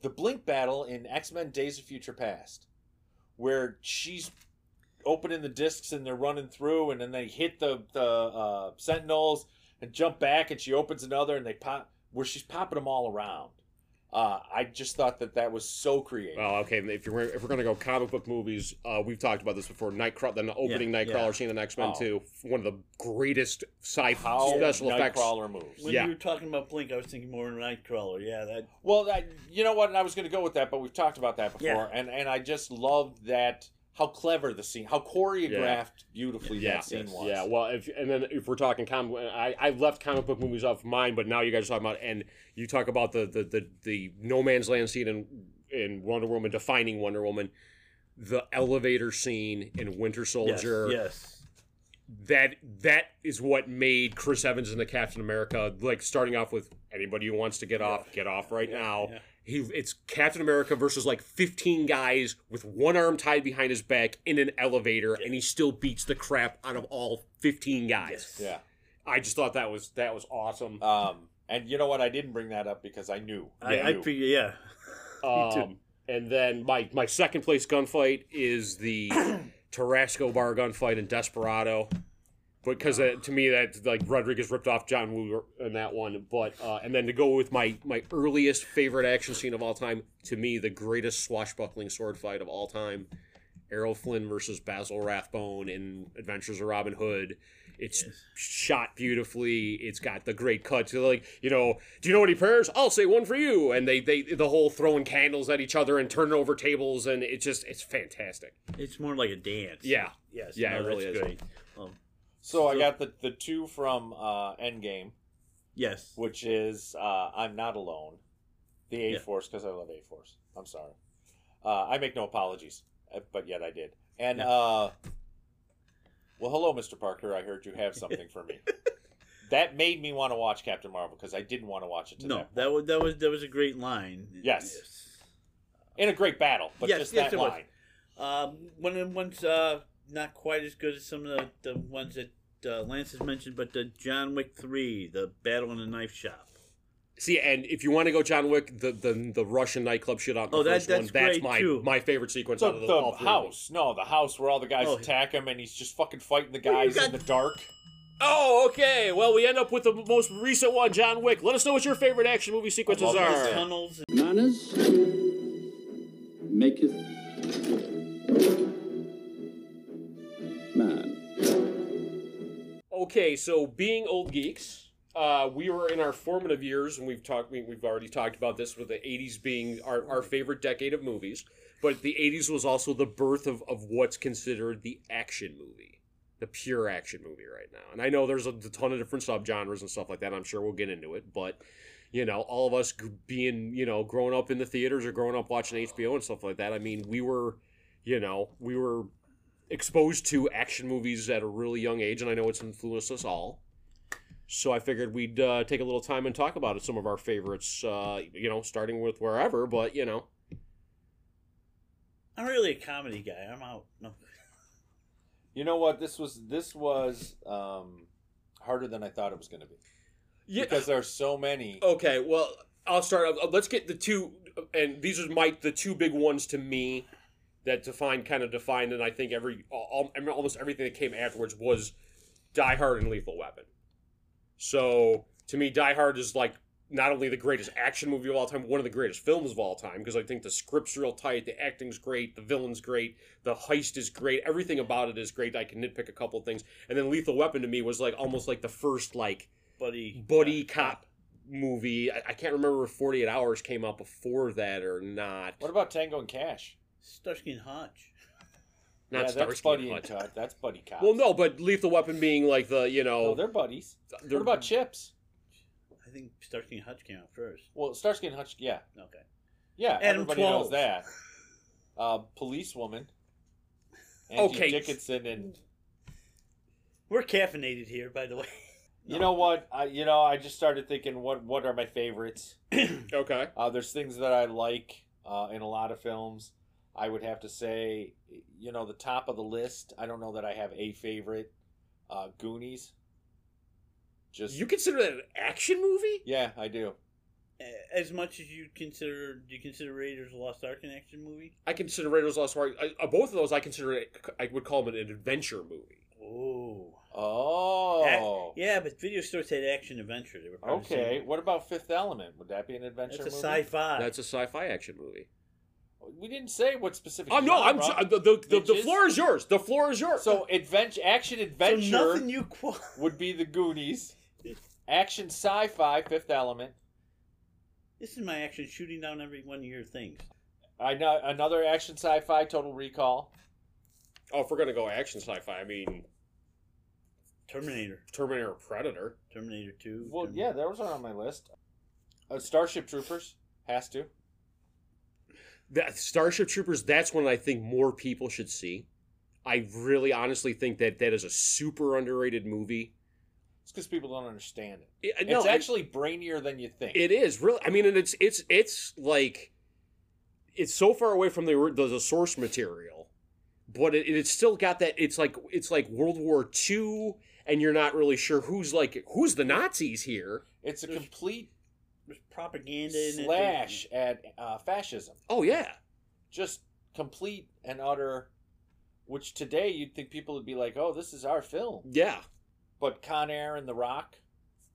S6: the Blink battle in X Men: Days of Future Past, where she's opening the discs and they're running through, and then they hit the the uh, Sentinels and jump back, and she opens another, and they pop where she's popping them all around. Uh, I just thought that that was so creative.
S4: Well, okay. If you're if we're gonna go comic book movies, uh, we've talked about this before. Nightcrawler, the opening
S5: Yeah,
S4: Nightcrawler
S5: yeah.
S4: scene in X Men
S6: Oh.
S4: Two, one of the greatest sci
S6: How
S4: special effects.
S6: Nightcrawler moves.
S5: When
S4: Yeah.
S5: you were talking about Blink, I was thinking more Nightcrawler. Yeah, that.
S6: Well, that, you know what? And I was going to go with that, but we've talked about that before,
S5: Yeah.
S6: and and I just loved that how clever the scene, how choreographed beautifully
S4: Yeah,
S6: that scene
S5: yes,
S6: was.
S4: Yeah, well, if and then if we're talking comic, I, I left comic book movies off mine, but now you guys are talking about and you talk about the the the, the no man's land scene in in Wonder Woman defining Wonder Woman, the elevator scene in Winter
S5: Yes,
S4: Soldier.
S5: yes.
S4: That that is what made Chris Evans and the Captain America like starting off with anybody who wants to get off, get off right now.
S5: yeah.
S4: He, it's Captain America versus like 15 guys with one arm tied behind his back in an elevator, and he still beats the crap out of all 15 guys.
S5: Yes.
S6: yeah.
S4: I just thought that was that was awesome.
S6: Um, and you know what? I didn't bring that up because I knew.
S5: I,
S6: I
S5: I
S6: knew.
S5: figure, yeah. too.
S4: Um, and then my my second place gunfight is the Tarasco bar gunfight in Desperado, because uh, to me that like Rodriguez ripped off John Woo in that one. But uh, and then to go with my my earliest favorite action scene of all time, to me the greatest swashbuckling sword fight of all time. Errol Flynn versus Basil Rathbone in Adventures of Robin Hood. It's shot beautifully. It's got the great cuts. They're like, you know, do you know any prayers? I'll say one for you. And they, they, the whole throwing candles at each other and turning over tables, and it just, it's fantastic.
S5: It's more like a dance.
S4: Yeah.
S5: Yes.
S4: Yeah,
S5: no,
S4: it really
S5: that's
S4: is.
S5: great. Um,
S6: So I got the the two from uh, Endgame,
S5: yes.
S6: which is uh, I'm not alone, the A
S5: Yeah.
S6: Force because I love A Force. I'm sorry. Uh, I make no apologies, uh, but yet I did. And
S5: Yeah.
S6: uh, well, hello, Mr. Parker. I heard you have something for me. that made me want to watch Captain Marvel because I didn't want to watch it. To
S5: No,
S6: that
S5: that was that was that was a great line.
S6: Yes. in a great battle, but
S5: Yes,
S6: just
S5: yes,
S6: that
S5: it was.
S6: line.
S5: Um, one of the ones uh, not quite as good as some of the, the ones that uh, Lance has mentioned, but the John Wick three, the battle in the knife shop.
S4: See, and if you want to go John Wick, the the, the Russian nightclub shit on the
S5: Oh, that-
S4: first one,
S5: that's
S4: that's
S5: great,
S4: my
S5: too.
S4: my favorite sequence
S6: So
S4: out of
S6: the,
S4: the, all three of them.
S6: house, no, the house where all the guys
S5: Oh.
S6: attack him and he's just fucking fighting the
S5: Well, you
S6: guys in
S5: got-
S6: the dark.
S4: Oh, okay. Well, we end up with the most recent one, John Wick. Let us know what your favorite action movie sequences
S6: love this
S4: are.
S5: Tunnels. And,
S10: Manners maketh man.
S4: Okay, so being old geeks, uh, we were in our formative years, and we've talked. We, we've already talked about this with the '80s being our, our favorite decade of movies, but the '80s was also the birth of, of what's considered the action movie, the pure action movie right now. And I know there's a ton of different subgenres and stuff like that. I'm sure we'll get into it, but you know, all of us g- being you know growing up in the theaters or growing up watching HBO and stuff like that. I mean, we were, you know, we were exposed to action movies at a really young age, and I know it's influenced us all. So I figured we'd uh, take a little time and talk about some of our favorites. Uh, you know, starting with wherever, but you know,
S5: I'm really a comedy guy. I'm out. No.
S6: You know what? This was this was um, harder than I thought it was going to be
S4: yeah.
S6: because there are so many.
S4: okay, well, I'll start. uh, Let's get the two, and these are my the two big ones to me that define kind of defined, and I think every all, I mean, almost everything that came afterwards was Die Hard and Lethal Weapon. So to me, Die Hard is like not only the greatest action movie of all time, but one of the greatest films of all time because I think the script's real tight, the acting's great, the villain's great, the heist is great, everything about it is great. I can nitpick a couple things, and then Lethal Weapon to me was like almost like the first like
S5: Buddy.
S4: buddy cop movie. I, I can't remember if 48 Hours came out before that or not.
S6: What about Tango and Cash?
S5: Starsky and Hodge.
S4: Not
S6: yeah, that's
S4: Starsky
S6: buddy
S4: and
S6: and
S4: Hutch.
S6: Todd. That's buddy cop.
S4: Well, no, but Lethal Weapon being like the you
S6: no,
S4: know
S6: they're buddies.
S4: they're-
S6: What about Chips?
S5: I think Starsky and Hutch came out first.
S6: Well, Starsky and Hutch. Yeah,
S5: Okay.
S6: yeah.
S5: Adam
S6: everybody
S5: 12.
S6: knows that. Uh, policewoman. Angie
S4: Okay.
S6: Dickinson and
S5: We're caffeinated here, by the way.
S6: you know what? I you know I just started thinking what what are my favorites?
S4: okay.
S6: Uh, there's things that I like uh, in a lot of films. I would have to say, you know, the top of the list. I don't know that I have a favorite. Uh, Goonies. Just
S4: You consider that an action movie?
S6: yeah, I do.
S5: A- As much as you consider, do you consider Raiders of the Lost Ark an action movie?
S4: I consider Raiders of the Lost Ark. I, uh, both of those, I consider it. I would call them an adventure movie.
S5: Oh.
S6: Oh,
S5: yeah, but video stores had action adventure. They were probably
S6: okay.
S5: saying-
S6: What about Fifth Element? Would that be an adventure?
S5: That's a
S6: movie?
S5: sci-fi.
S4: That's a sci-fi action movie.
S6: We didn't say what specific.
S4: Oh no, I'm
S6: genre.
S4: uh, the, the, the, the
S6: Bitches.
S4: floor is yours. The floor is yours.
S6: so adventure, action
S5: so
S6: adventure
S5: nothing you qual-
S6: would be the Goonies. Action sci-fi, Fifth Element.
S5: This is my action shooting down every one of your things.
S6: I know another action sci-fi, Total Recall.
S4: oh, if we're gonna go action sci-fi, I mean
S5: Terminator,
S4: Terminator, Predator.
S5: Terminator Two.
S6: Well, yeah,
S5: Terminator-
S6: that was on my list. Uh, Starship Troopers has to.
S4: That Starship Troopers. That's one I think more people should see. I really, honestly think that that is a super underrated movie.
S6: It's because people don't understand it.
S4: It- no,
S6: it's
S4: it-
S6: actually brainier than you think.
S4: It is really. I mean, and it's it's it's like it's so far away from the ori- the, the source material, but it, it's still got that. It's like it's like World War II, and you're not really sure who's like who's the Nazis here.
S6: it's a complete
S5: There's propaganda in it.
S6: slash at uh, fascism.
S4: Oh yeah,
S6: Just complete and utter. Which today you'd think people would be like, "Oh, this is our film,"
S4: yeah.
S6: but Con Air and The Rock.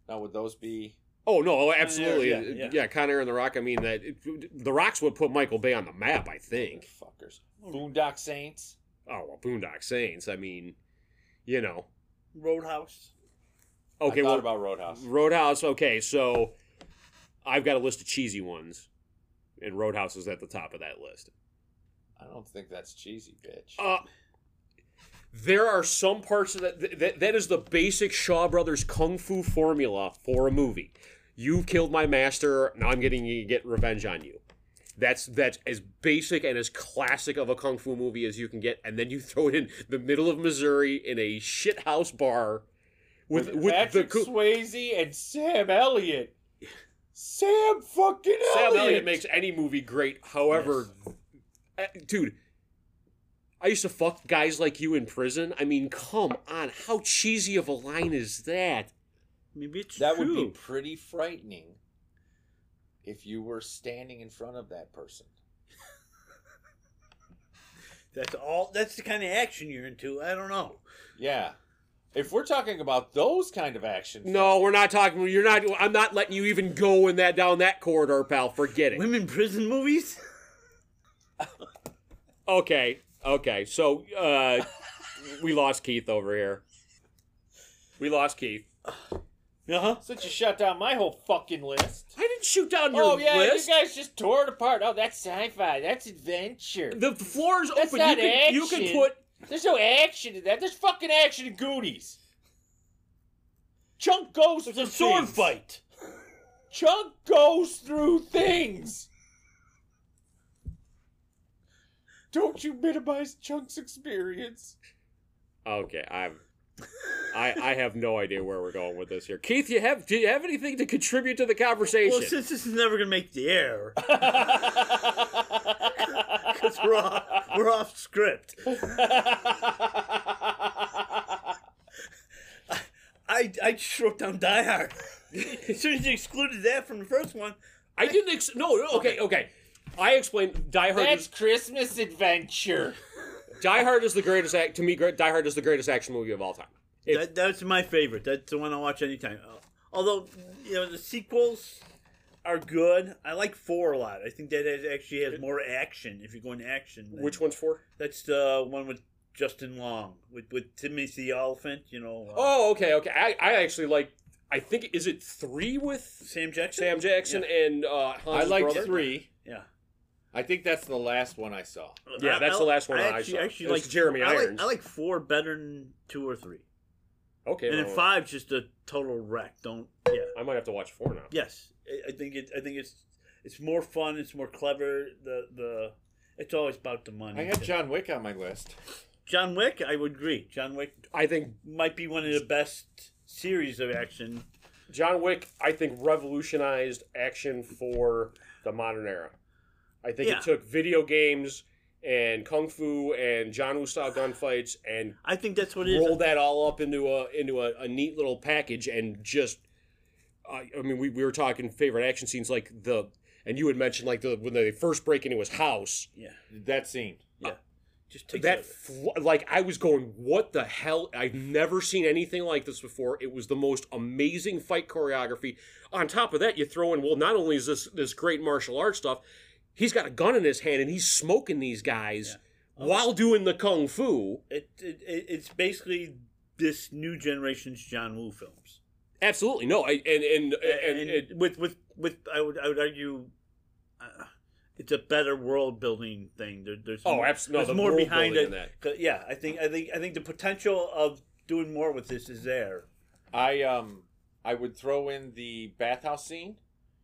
S6: Now would those be?
S4: Oh no, absolutely.
S5: yeah, yeah.
S4: yeah, Con Air and The Rock. I mean, that it, The Rock's what put Michael Bay on the map. I think.
S6: Fuckers. Boondock Saints.
S4: Oh well, Boondock Saints. I mean, you know.
S5: Roadhouse.
S4: Okay,
S6: I thought
S4: well,
S6: about Roadhouse.
S4: Roadhouse. Okay, so I've got a list of cheesy ones, and Roadhouse is at the top of that list.
S6: I don't think that's cheesy, bitch.
S4: Uh, there are some parts of that, that that is the basic Shaw Brothers kung fu formula for a movie. You killed my master. Now I'm getting you get revenge on you. That's that's as basic and as classic of a kung fu movie as you can get, and then you throw it in the middle of Missouri in a shithouse bar with with, the
S6: Patrick
S4: coo-
S6: Swayze and Sam Elliott. Sam fucking Elliott.
S4: Sam Elliott makes any movie great. However, eh, dude, I used to fuck guys like you in prison. I mean, come on, how cheesy of a line is that?
S5: Maybe it's
S6: that
S5: true.
S6: would be pretty frightening if you were standing in front of that person.
S5: That's all. That's the kind of action you're into. I don't know.
S6: Yeah. If we're talking about those kind of actions,
S4: No, we're not talking. You're not. I'm not letting you even go in that down that corridor, pal. Forget it.
S5: Women prison movies.
S4: Okay, okay. So uh, we lost Keith over here. We lost Keith.
S5: Uh huh.
S6: since you shut down my whole fucking list.
S4: I didn't shoot down your
S6: Oh yeah,
S4: list.
S6: you guys just tore it apart. Oh, that's sci-fi. That's adventure.
S4: the the floor is
S6: That's
S4: open.
S6: not
S4: you, can, you can
S6: action.
S4: put
S6: There's no action in that. There's fucking action in Goonies. Chunk goes
S5: There's
S6: through
S5: a sword
S6: things.
S5: fight.
S6: Chunk goes through things. Don't you minimize Chunk's experience.
S4: Okay, I'm. I I have no idea where we're going with this here. Keith, you have do you have anything to contribute to the conversation?
S5: Well, since this is never gonna make the air,
S6: That's
S5: we're off, we're off script. I I just wrote down Die Hard. as soon as you excluded that from the first one,
S4: I didn't. Ex- no, no, okay, okay. I explained Die Hard.
S6: That's
S4: Is,
S6: Christmas adventure.
S4: Die Hard is the greatest act to me. gre- Die Hard is the greatest action movie of all time. It-
S5: that, that's my favorite. That's the one I watch anytime. Uh, Although you know the sequels are good. I like four a lot. I think that has, actually has more action. If you're going to action, than-
S4: Which one's for?
S5: That's the one with Justin Long with with Timothy Oliphant. You know. uh,
S4: Oh, okay, okay. I, I actually like. I think is it three with
S5: Sam Jackson.
S4: Sam Jackson and uh, Hans' brother?
S5: Yeah. Oh,
S6: I think that's the last one I saw.
S4: Yeah, that's the last one I
S5: actually,
S4: saw.
S5: Actually,
S4: It was
S5: like
S4: Jeremy
S5: I like-
S4: Irons.
S5: I like four better than two or three,
S4: Okay,
S5: and then
S4: well,
S5: five's just a total wreck. Don't yeah.
S4: I might have to watch four now.
S5: Yes, I- I think it. I think it's it's more fun. It's more clever. The the it's always about the money.
S6: I had John Wick on my list.
S5: John Wick. I would agree. John Wick
S4: I think
S5: might be one of the best series of action.
S4: John Wick, I think, revolutionized action for the modern era. I think
S5: Yeah.
S4: it took video games and kung fu and John Woo style gunfights and
S5: I think that's what it is.
S4: rolled that all up into a into a, a neat little package and just. I I mean, we, we were talking favorite action scenes like the, and you had mentioned like the when they first break into his house.
S5: Yeah,
S6: That scene.
S5: just takes
S4: that
S5: over.
S4: fl- like I was going, what the hell? I've never seen anything like this before. It was the most amazing fight choreography. On top of that, you throw in well, not only is this this great martial arts stuff, he's got a gun in his hand and he's smoking these guys while doing the kung fu.
S5: it, it, it it's basically this new generation's John Woo films.
S4: Absolutely no, I, and and and,
S5: and,
S4: it,
S5: with with with I would I would argue, uh, it's a better world building thing. There, there's
S4: Oh,
S5: more,
S4: abs- no,
S5: there's
S4: the
S5: more
S4: world
S5: behind
S4: building
S5: it.
S4: in that.
S5: 'Cause, Yeah, I think I think I think the potential of doing more with this is there.
S6: I um I would throw in the bathhouse scene.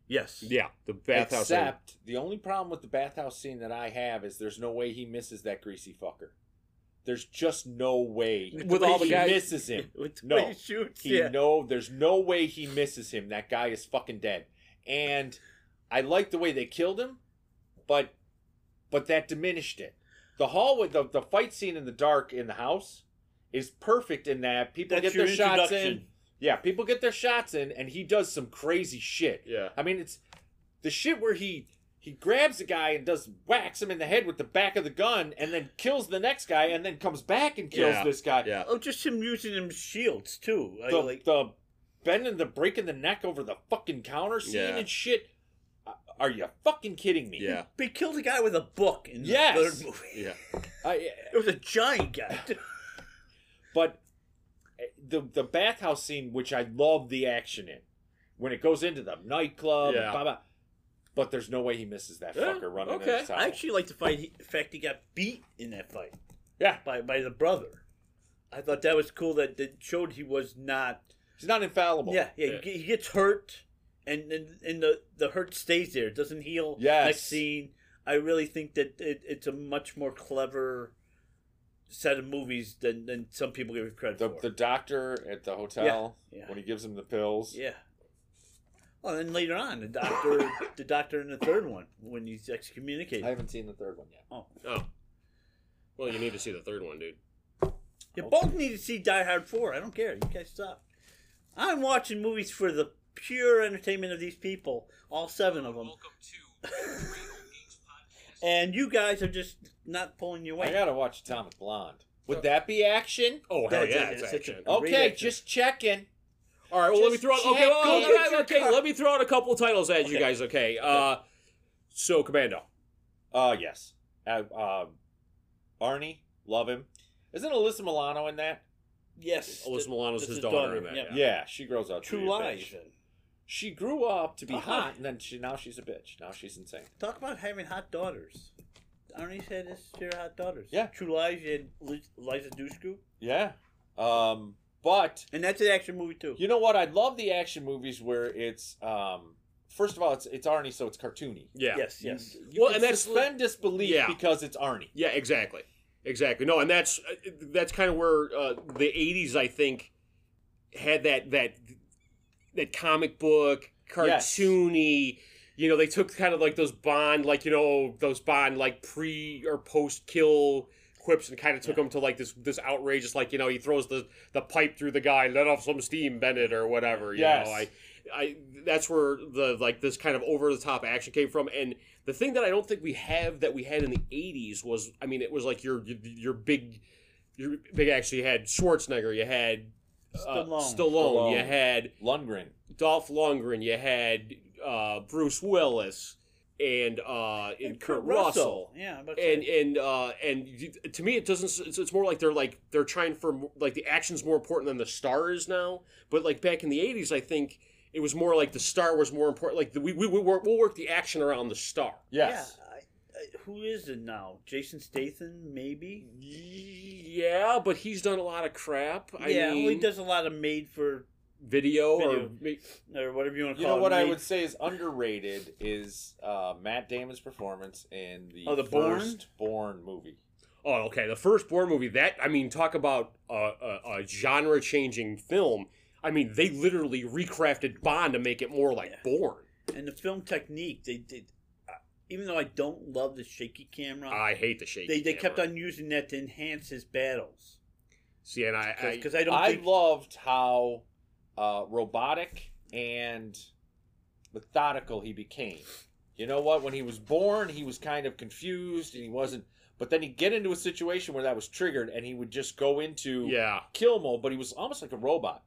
S5: Yes.
S4: yeah, the bathhouse. scene.
S6: Except the only problem with the bathhouse scene that I have is there's no way he misses that greasy fucker. There's just no way
S4: With all the
S6: he
S4: guys-
S6: misses him.
S5: With the
S6: No.
S5: way he shoots.
S6: He
S5: yeah.
S6: no, there's no way he misses him. That guy is fucking dead. And I like the way they killed him, but but that diminished it. The hallway, the, the fight scene in the dark in the house is perfect in that people
S5: That's
S6: get their
S5: your
S6: shots in.
S5: introduction.
S6: Yeah, people get their shots in, and he does some crazy shit.
S4: Yeah.
S6: I mean it's the shit where he he grabs a guy and does whacks him in the head with the back of the gun, and then kills the next guy, and then comes back and kills
S4: Yeah,
S6: this guy
S4: yeah.
S5: Oh, just him using him shields too. I
S6: the,
S5: like,
S6: the bending the breaking the neck over the fucking counter scene
S4: Yeah.
S6: and shit. Uh, Are you fucking kidding me?
S4: Yeah,
S5: they killed a guy with a book in the
S6: Yes.
S5: third movie.
S4: yeah.
S6: I,
S5: It was a giant guy. too.
S6: but eh, the the bathhouse scene, which I love the action in, when it goes into the nightclub,
S4: Yeah.
S6: and blah, blah, but there's no way he misses that
S4: Yeah,
S6: fucker running in
S4: okay.
S6: his house.
S5: I actually like the fight. He, in fact, he got beat in that fight.
S6: Yeah.
S5: by by the brother. I thought that was cool. That that showed he was not.
S6: He's not infallible.
S5: Yeah, yeah. He, he gets hurt, and and, and the, the hurt stays there. It doesn't heal.
S6: Yes.
S5: Next scene, I really think that it, it's a much more clever set of movies than, than some people give it credit
S6: The,
S5: for.
S6: the doctor at the hotel
S5: Yeah, yeah.
S6: when he gives him the pills.
S5: yeah. Well, and later on, the doctor, the doctor in the third one when he's excommunicated.
S6: I haven't seen the third one yet.
S5: oh,
S4: Oh, well, you need to see the third one, dude.
S5: you both need to see Die Hard four. I don't care. You guys stop. I'm watching movies for the pure entertainment of these people, all seven of them. and you guys are just not pulling your
S6: I
S5: weight.
S6: gotta watch Atomic Blonde. Would that be action?
S4: Oh hell
S5: That's-
S4: yeah,
S5: that's
S4: it's
S5: such a-
S4: action.
S5: Great
S6: Okay,
S5: action.
S6: just checking.
S4: All right. Well, let me
S6: Oh, Just
S4: throw out. Okay,
S6: check
S4: well,
S6: it.
S4: all right,
S5: Get your
S4: okay.
S5: car.
S4: Let me throw out a couple titles at you
S5: Okay.
S4: guys. Okay. Uh, so Commando.
S6: Uh yes. Uh, uh, Arnie, love him. Isn't Alyssa Milano in that?
S5: yes,
S4: Alyssa
S5: th-
S4: Milano's
S5: this
S4: his
S5: is
S4: daughter,
S5: daughter,
S4: in that.
S5: yep.
S4: Yeah.
S6: Yeah, she grows up. to be
S5: True
S6: a
S5: Lies.
S6: bitch. She grew up to be
S5: Uh-huh.
S6: hot, and then she now she's a bitch. Now she's insane.
S5: Talk about having hot daughters. Arnie said this is your hot daughters.
S6: Yeah.
S5: True Lies and Li- Liza Dushku.
S6: Yeah. Um, but
S5: And that's an action movie too.
S6: you know what? I love the action movies where it's um. First of all, it's it's Arnie, so it's cartoony.
S4: Yeah.
S5: Yes, yes.
S6: You
S4: Well,
S6: can
S4: and that's-
S6: suspend disbelief
S4: Yeah.
S6: because it's Arnie.
S4: Yeah, Exactly. Exactly. No, and that's uh, that's kind of where uh, the '80s, I think, had that that that comic book
S6: Yes.
S4: cartoony. You know, they took kind of like those Bond, like you know, those Bond like pre or post kill quips and kind of took them to like this this outrageous like you know he throws the the pipe through the guy let off some steam bennett or whatever you
S6: Yes.
S4: know i i that's where the like this kind of over the top action came from and the thing that i don't think we have that we had in the 80s was i mean it was like your your big your big action you had schwarzenegger you had uh,
S5: Stallone.
S4: Stallone, you
S6: Stallone.
S4: had
S6: Lundgren.
S4: dolph lundgren you had uh bruce willis and uh and, kurt, russell
S5: Yeah. I'm about to
S4: and
S5: say.
S4: and uh and you, to me it doesn't it's, it's more like they're like they're trying for mo- like the action's more important than the star is now but like back in the 80s i think it was more like the star was more important like the, we, we, we work, we'll work the action around the star
S6: Yes.
S5: Yeah, I, who is it now? Jason Statham, maybe.
S4: Yeah, but he's done a lot of crap. I
S5: yeah, well,
S4: mean,
S5: he does a lot of made for
S4: video, or
S5: Video. or whatever you want to
S6: You
S5: call
S6: know
S5: it.
S6: what I
S5: made-
S6: would say is underrated is uh, Matt Damon's performance in the,
S5: Oh, the Bourne?
S6: first Born movie.
S4: oh, okay, the first Bourne movie. That I mean, talk about a, a, a genre-changing film. I mean, they literally recrafted Bond to make it more like Bourne.
S5: and the film technique they did. uh, Even though I don't love the shaky camera,
S4: I hate the shaky.
S5: they they
S4: camera.
S5: kept on using that to enhance his battles.
S4: See, and I, I
S5: Because I, don't
S6: I
S5: think
S6: loved how uh, robotic and methodical he became. You know what? When he was born, he was kind of confused and he wasn't. But then he'd get into a situation where that was triggered and he would just go into
S4: yeah.
S6: kill mode, but he was almost like a robot.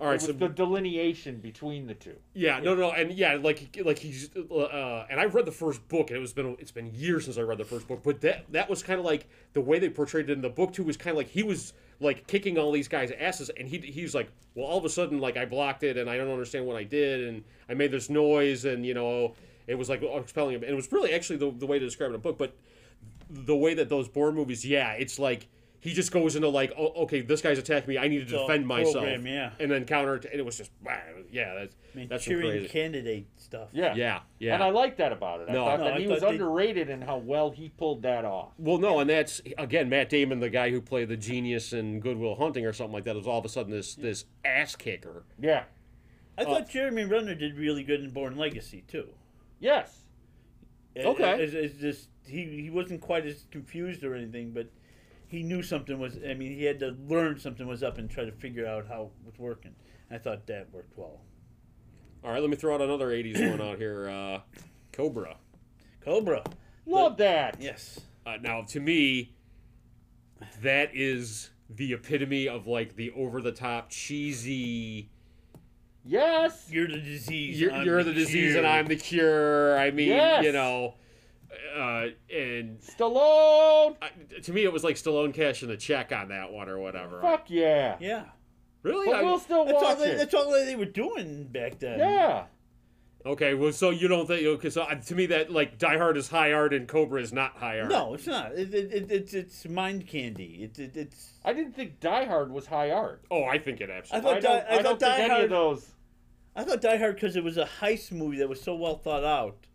S4: All right,
S6: it was
S4: so
S6: the delineation between the two.
S4: Yeah, no, no, and yeah, like like he's uh, and I read the first book, and it was been it's been years since I read the first book, but that that was kind of like the way they portrayed it in the book too was kind of like he was like kicking all these guys' asses, and he he's like, well, all of a sudden, like I blocked it, and I don't understand what I did, and I made this noise, and you know, it was like oh, expelling him, and it was really actually the, the way to describe it in a book, but the way that those Bourne movies, yeah, it's like he just goes into like, oh, okay, this guy's attacking me, I need to
S5: So,
S4: defend myself,
S5: program, yeah.
S4: and then counter, and it was just, wow, yeah, that's
S5: I mean,
S4: that's
S5: cheering
S4: crazy.
S5: candidate stuff.
S6: Yeah.
S4: Yeah, yeah.
S6: And I like that about it. I
S4: No.
S6: thought
S5: No,
S6: that
S5: I
S6: he
S5: thought
S6: was
S5: they-
S6: underrated in how well he pulled that off.
S4: well, no, and that's again Matt Damon, the guy who played the genius in Goodwill Hunting or something like that, is all of a sudden this this ass kicker.
S6: Yeah.
S5: I
S4: uh
S5: thought Jeremy Renner did really good in Born Legacy too.
S6: Yes.
S5: It-
S4: Okay.
S5: it- it's just he he wasn't quite as confused or anything, but he knew something was. I mean, he had to learn something was up and try to figure out how it was working. I thought that worked well.
S4: All right, let me throw out another '80s one out here, uh, Cobra.
S5: Cobra.
S6: Love that.
S5: Yes.
S4: Uh, now, to me, that is the epitome of like the over the top cheesy.
S6: Yes.
S5: You're the disease.
S4: You're,
S5: I'm
S4: you're the disease, and
S5: cure.
S4: I'm the cure. I mean,
S6: Yes.
S4: you know, uh, and
S6: Stallone.
S4: uh, to me, it was like Stallone cashing a check on that one or whatever.
S6: Fuck yeah.
S5: Yeah.
S4: Really?
S6: But
S4: I-
S6: we'll still
S5: That's all,
S6: watch
S5: they,
S6: it.
S5: that's all they were doing back then.
S6: Yeah.
S4: Okay, well, so you don't think? Okay, so uh, to me, that like Die Hard is high art and Cobra is not high art.
S5: No, it's not. It, it, it, it's it's mind candy. It, it, it's.
S6: I didn't think Die Hard was high art.
S4: Oh, I think it
S5: I
S4: absolutely.
S5: thought
S6: I
S5: Die,
S6: don't,
S5: I
S6: I don't
S5: thought
S6: think
S5: Die
S6: any of
S5: Hard.
S6: those.
S5: I thought Die Hard because it was a heist movie that was so well thought out.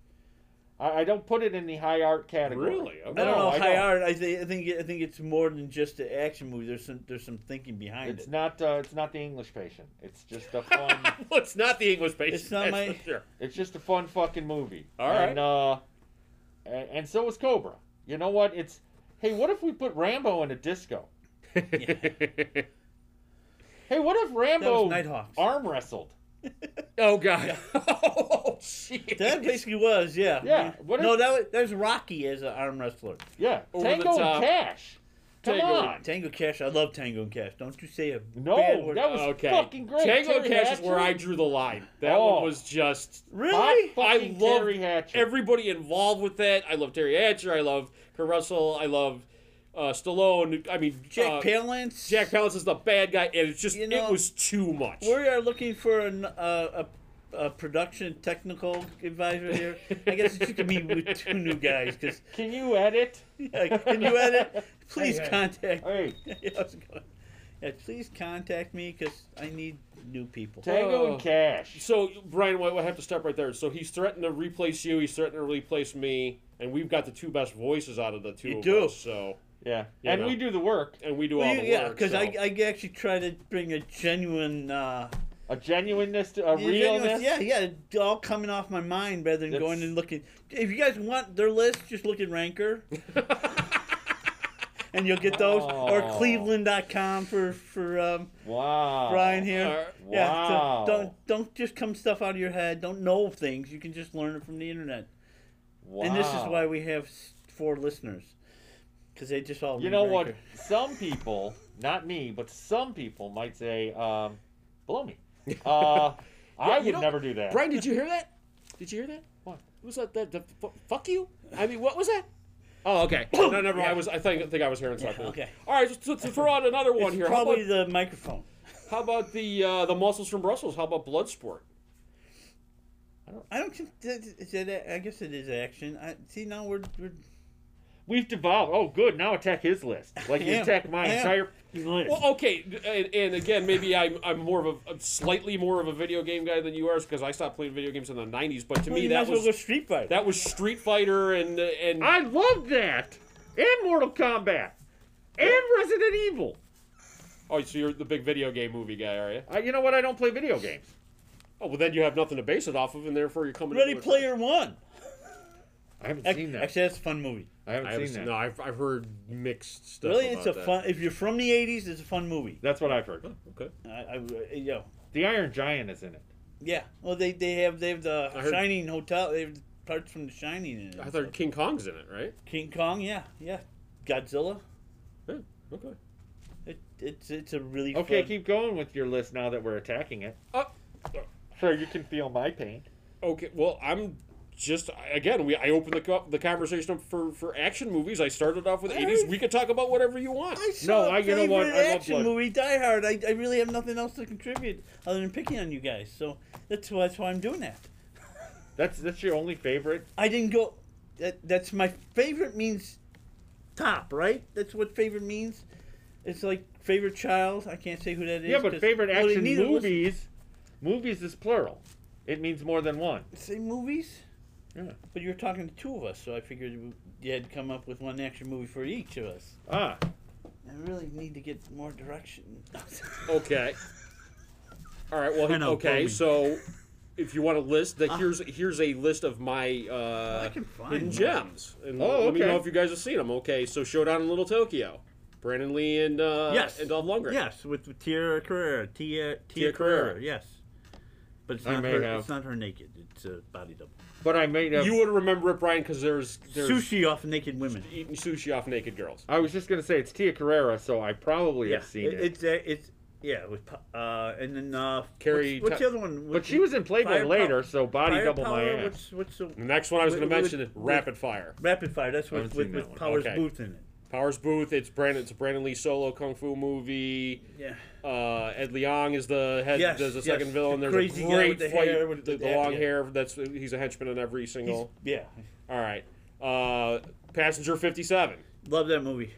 S6: I, I don't put it in the high art category.
S4: Really? Okay.
S5: I don't know
S6: I
S5: high
S6: don't.
S5: art. I think I think I think it's more than just an action movie. There's some there's some thinking behind
S6: It's
S5: it.
S6: not. Uh, it's not the English Patient. It's just a fun.
S4: well, it's not the English patient.
S5: It's not
S4: that's
S5: my-
S4: for Sure.
S6: it's just a fun fucking movie.
S4: All
S6: And uh, a- and so was Cobra. You know what? It's hey, what if we put Rambo in a disco? Hey, what if Rambo
S5: Nighthawks.
S6: arm wrestled?
S4: oh God. oh shit.
S5: That basically was yeah.
S6: Yeah, what
S5: no,
S6: if-
S5: that was, that was Rocky as an arm wrestler.
S6: Yeah,
S4: Over the
S6: Tango
S4: top.
S6: and Cash. Come
S4: Tango and-
S6: on.
S5: Tango Cash. I love Tango and Cash. Don't you say a
S6: No,
S5: bad word.
S6: that was
S4: okay.
S6: fucking great.
S4: Tango
S6: Terry
S4: Cash is
S6: Hatcher?
S4: where I drew the line. That
S6: Oh.
S4: one was just.
S5: really.
S6: Hot
S4: I
S6: fucking
S4: love
S6: Terry Hatcher.
S4: everybody involved with that. I love Terry Hatcher. I love Kurt Russell. I love uh, Stallone. I mean,
S5: Jack
S4: uh,
S5: Palance.
S4: Jack Palance is the bad guy, and it's just
S5: You know,
S4: it was too much.
S5: We are looking for an, uh, a a production technical advisor here. I guess it's just gonna be with two new guys. Because
S6: Can you edit?
S5: can you edit? Please
S6: Hey, hey.
S5: contact.
S6: Hey,
S5: Yeah, I was going- yeah, please contact me because I need new people.
S6: Tango
S4: Oh.
S6: and Cash.
S4: So Brian, we we have to stop right there. So he's threatened to replace you. He's threatened to replace me, and we've got the two best voices out of the two
S5: You
S4: of
S5: do.
S4: us. So
S6: Yeah,
S4: You
S6: and
S4: know.
S6: we do the work.
S4: and we do
S5: Well,
S4: all
S5: you-
S4: the
S5: yeah,
S4: work.
S5: because
S4: so.
S5: I, uh, I actually try to bring a genuine, uh,
S6: A genuineness, to, a
S5: yeah, genuine-
S6: realness.
S5: yeah, yeah, it all coming off my mind rather than
S6: That's-
S5: going and looking. If you guys want their list, just look at Ranker. and you'll get those or
S6: Oh.
S5: cleveland.com for for um,
S6: Wow.
S5: Brian here.
S4: Alright.
S5: Yeah, so
S6: Wow.
S5: don't don't just come stuff out of your head. Don't know things. You can just learn it from the internet.
S6: Wow.
S5: And this is why we have s- four listeners. Because they just all.
S6: You know
S5: read
S6: what?
S5: Ranker.
S6: Some people, not me, but some people might say, um, "Blow me." Uh, I
S4: you
S6: would
S4: know-
S6: never do that.
S4: Brian, did you hear that? Did you hear that?
S6: What?
S4: Who was that? That the, fu- fuck you? I mean, what was that? Oh, okay. no, never. mind. I was. I think. I think I was hearing something.
S5: okay.
S4: All right. So, so, throw out another one
S5: It's
S4: here. How
S5: Probably
S4: about,
S5: the microphone.
S4: how about the uh, the muscles from Brussels? How about Bloodsport?
S5: I don't. con- that- Is it? a- I guess it is action. I see. Now we're, we're
S6: We've devolved. Oh, good. Now attack his list. Like you
S5: Yeah,
S6: attack my
S5: yeah.
S6: entire list.
S4: Well, okay, and, and again, maybe I'm, I'm more of a I'm slightly more of a video game guy than you are because I stopped playing video games in the '90s. But to
S5: Well,
S4: me,
S5: you might
S4: that
S5: as well
S4: was
S5: go Street Fighter.
S4: that was Street Fighter and and
S6: I love that. And Mortal Kombat. And Resident Evil.
S4: oh, so you're the big video game movie guy, are you?
S6: I, you know what? I don't play video games.
S4: Oh, well, then you have nothing to base it off of, and therefore you're coming.
S5: Ready
S4: into it-
S5: Player One.
S6: I haven't
S5: Ac-
S6: seen that.
S5: Actually, that's a fun movie.
S6: I haven't
S4: I
S6: seen
S4: haven't seen-
S6: that.
S4: no, I've, I've heard mixed stuff.
S5: Really, it's a
S4: about that.
S5: fun. If you're from the '80s, it's a fun movie.
S6: That's what I've heard.
S4: Oh, Okay.
S5: I, I you know,
S6: The Iron Giant is in it.
S5: yeah. Well, they they have they have the
S4: I heard-
S5: Shining hotel. They have parts from the Shining in it.
S4: I thought King Kong's in it, right?
S5: King Kong. Yeah, yeah. Godzilla.
S4: Yeah. Okay.
S5: It, it's it's a really
S6: Okay,
S5: Fun,
S6: keep going Oh. with your list now that we're attacking it.
S4: Uh,
S6: So you can feel my pain.
S4: Okay, well, I'm just again. We I opened the co- the conversation up for for action movies. I started off with '80s. We could talk about whatever you want.
S5: I saw
S6: No,
S5: a
S6: I- you know what?
S5: favorite
S6: I love
S5: action
S6: Blood.
S5: movie, Die Hard. I, I really have nothing else to contribute other than picking on you guys. So that's why that's why I'm doing that.
S6: That's that's your only favorite.
S5: I didn't go. That, that's my favorite means top, right? That's what favorite means. It's like favorite child. I can't say who that is.
S6: yeah, but
S5: 'cause-
S6: favorite
S5: well, they
S6: action
S5: neither was-
S6: movies. Movies is plural. It means more than one.
S5: Say movies.
S6: Yeah.
S5: But you were talking to two of us, so I figured you- you had come up with one action movie for each of us.
S6: Ah,
S5: I really need to get more direction.
S4: Okay. All right. Well,
S5: I know,
S4: okay.
S5: bummy.
S4: So, if you want a list, that here's here's a list of my
S5: I
S4: uh,
S5: can find
S4: hidden
S5: mine.
S4: gems, and
S6: Oh,
S4: let me
S6: okay.
S4: know if you guys have seen them. Okay. So, Showdown in Little Tokyo, Brandon Lee and uh,
S5: yes.
S4: and Dolph Lundgren.
S5: Yes, with, with Tia Carrera. Tia, Tia,
S4: Tia Carrera.
S5: Carrera. Yes. But it's
S6: I
S5: not,
S6: may
S5: her,
S6: have.
S5: it's not her naked. It's a body double.
S6: but I made a.
S4: You would remember it, Brian, because there's there's
S5: Sushi off naked women.
S4: eating sushi off naked girls.
S6: I was just gonna say it's Tia Carrera, so I probably have seen it.
S5: it- It's uh, it's yeah, with pa- uh, and then uh,
S4: Carrie
S5: What's, what's
S4: Ta-
S5: the other one?
S6: but she was in Playboy
S5: Firepower-
S6: later, so body double my ass.
S5: Firepower, What's what's the
S4: The next one I was
S5: Wait,
S4: going to
S5: wait,
S4: mention
S5: wait,
S4: is
S5: wait.
S4: Rapid Fire.
S5: rapid fire? That's with
S6: haven't
S5: with,
S6: seen that
S5: with
S6: one.
S5: Powers
S4: Okay.
S5: Booth in it.
S4: Powers Booth. It's Brandon. It's a Brandon Lee solo kung fu movie.
S5: Yeah,
S4: uh, Ed Leong is the head,
S5: Yes,
S4: does the
S5: yes,
S4: second villain.
S5: the
S4: There's
S5: crazy
S4: a
S5: guy
S4: great
S5: with the
S4: fight,
S5: hair with
S4: the,
S5: the-
S4: the long
S5: yeah.
S4: hair. That's he's a henchman in every single.
S5: yeah.
S4: All right, uh, Passenger Fifty Seven.
S5: Love that movie.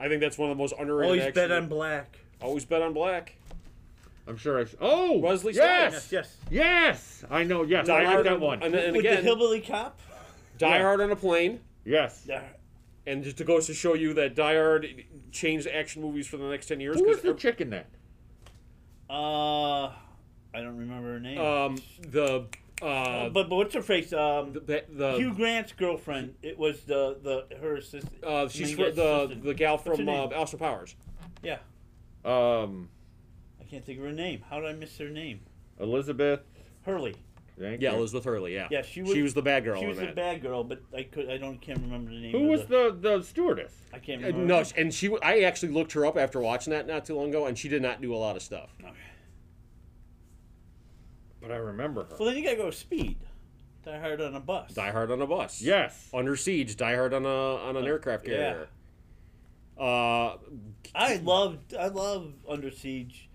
S4: I think that's one of the most underrated.
S5: Always
S4: action-
S5: bet on black.
S4: always bet on black.
S6: I'm sure I. Oh,
S4: Wesley
S6: Yes,
S5: Yes,
S6: yes,
S5: yes.
S6: I know. Yes,
S4: Die
S6: I like
S4: Hard
S6: that
S4: on-
S6: one.
S4: And, then- and
S5: with the
S4: again,
S5: hillbilly cop.
S4: Die
S6: Yeah.
S4: Hard on a plane.
S6: Yes.
S5: Yeah.
S4: And just to goes to show you that Die Hard changed action movies for the next ten years.
S6: Who was the
S4: ev-
S6: chick in that?
S5: Uh, I don't remember her name.
S4: um the uh
S5: but but what's her face? Um,
S4: the, uh, the
S5: Oh, Hugh Grant's girlfriend. It was the the her assistant.
S4: uh, she's
S5: main
S4: fr-
S5: guy's
S4: the
S5: assistant.
S4: the gal
S5: What's her
S4: from uh,
S5: name?
S4: Austin Powers.
S5: yeah.
S6: Um,
S5: I can't think of her name. How did I miss her name?
S6: Elizabeth.
S5: Hurley.
S6: Thank
S4: Yeah,
S6: you.
S4: Elizabeth Hurley. Yeah,
S5: Yeah, she was.
S4: the bad girl.
S5: She
S4: in
S5: was
S4: that.
S5: the bad girl, but I could. I don't can't remember the name.
S6: Who
S5: of
S6: was the the stewardess?
S5: I can't
S4: Uh,
S5: remember.
S4: No, sh- and she. w- I actually looked her up after watching that not too long ago, and she did not do a lot of stuff.
S5: Okay.
S6: But I remember her.
S5: Well, then you gotta go with Speed. Die Hard on a bus.
S4: Die Hard on a bus.
S6: Yes.
S4: Under siege. Die Hard on a on an aircraft
S5: yeah.
S4: carrier. Uh,
S5: I love. I love Under Siege,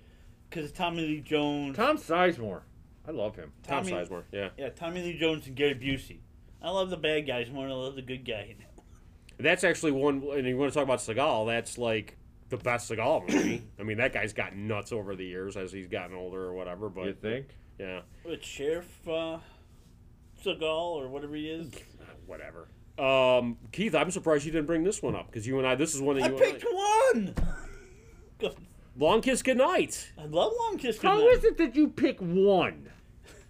S5: because Tommy Lee Jones.
S6: Tom Sizemore. I love him.
S4: Tom
S5: Tommy-
S4: Sizemore. Yeah.
S5: Yeah, Tommy Lee Jones and Gary Busey. I love the bad guys more than I love the good guy.
S4: That's actually one. And you want to talk about Seagal? That's like the best Seagal movie. I mean, that guy's gotten nuts over the years as he's gotten older or whatever.
S6: You
S4: But
S6: think?
S4: yeah,
S5: With Sheriff uh, Seagal or whatever he is.
S4: whatever. Um, Keith, I'm surprised you didn't bring this one up because you and I. This is one that
S5: I
S4: you.
S5: picked
S4: and
S5: one. God,
S4: I, Long kiss goodnight.
S5: I love Long Kiss
S6: How
S5: Goodnight.
S6: is it that you pick one?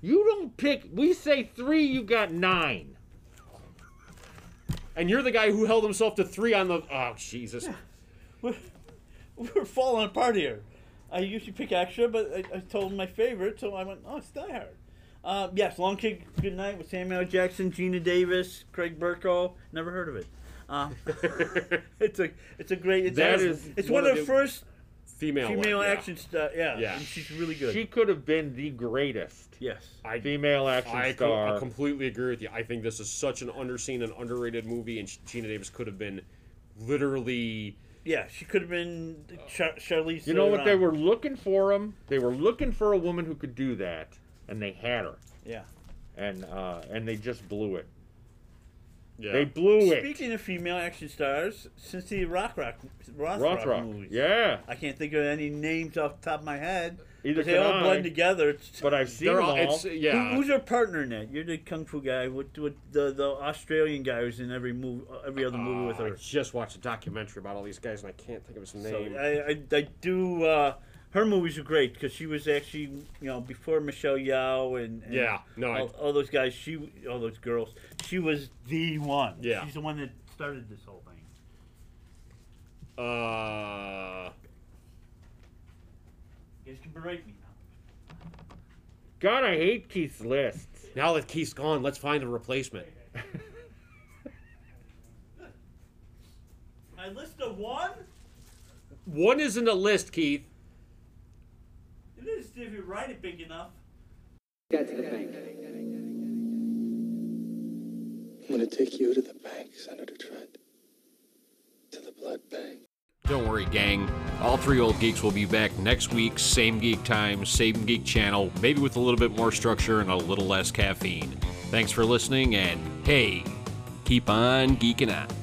S6: You don't pick. We say three. You got nine.
S4: And you're the guy who held himself to three on the. Oh Jesus.
S5: we're, we're falling apart here. I usually pick extra, but I, I told my favorite, so I went, oh, it's Die Hard. Uh, yes, Long Kick Goodnight with Samuel L. Jackson, Gina Davis, Craig Burko. Never heard of it. Uh, it's a it's a great. It's,
S4: That
S5: it's-
S4: is
S5: it's
S4: one
S5: one,
S4: of
S5: of the
S4: the
S5: first
S4: Female.
S5: female
S4: one, yeah.
S5: action stuff. Yeah,
S4: Yeah.
S5: and she's really good.
S6: She could have been the greatest
S5: yes,
S6: female action
S4: I, co-
S6: star.
S4: I completely agree with you. I think this is such an underseen and underrated movie, and Gina Davis could have been literally.
S5: yeah, she could have been Char- Charlize.
S6: you know what? They
S5: Theron.
S6: were looking for him. They were looking for a woman who could do that, and they had her.
S5: Yeah,
S6: and uh, and they just blew it.
S4: Yeah.
S6: They blew it.
S5: Speaking of female action stars, since the Rock Rock Roth Rock,
S6: Rothrock.
S5: movies,
S6: Yeah,
S5: I can't think of any names off the top of my head.
S6: Either
S5: but they
S6: can
S5: all
S6: I,
S5: blend together. It's,
S6: but I've seen
S4: They're
S6: them
S4: all-
S6: all.
S4: it's- yeah.
S5: Who- who's your partner in that? You're the kung fu guy. What, what the the Australian guy who's in every movie, every other movie with
S4: Ah, I
S5: her.
S4: just watched a documentary about all these guys, and I can't think of his
S5: So
S4: name.
S5: I, I, I do. Uh, her movies are great because she was actually, you know, before Michelle Yao and, and
S4: Yeah, no, I-
S5: all, all those guys. She, all those girls. She was the one.
S4: Yeah.
S5: she's the one that started this whole thing.
S4: uh,
S5: You guys can berate me now.
S6: God, I hate Keith's lists.
S4: now that Keith's gone, let's find a replacement.
S5: My list of one.
S4: One isn't a list, Keith.
S5: It is if you write it big enough.
S9: That's the bank.
S3: I'm gonna take you to the bank, Senator Trent. To the blood bank.
S4: Don't worry, gang. All three old geeks will be back next week, same geek time, same geek channel, maybe with a little bit more structure and a little less caffeine. Thanks for listening, and hey, keep on geeking out.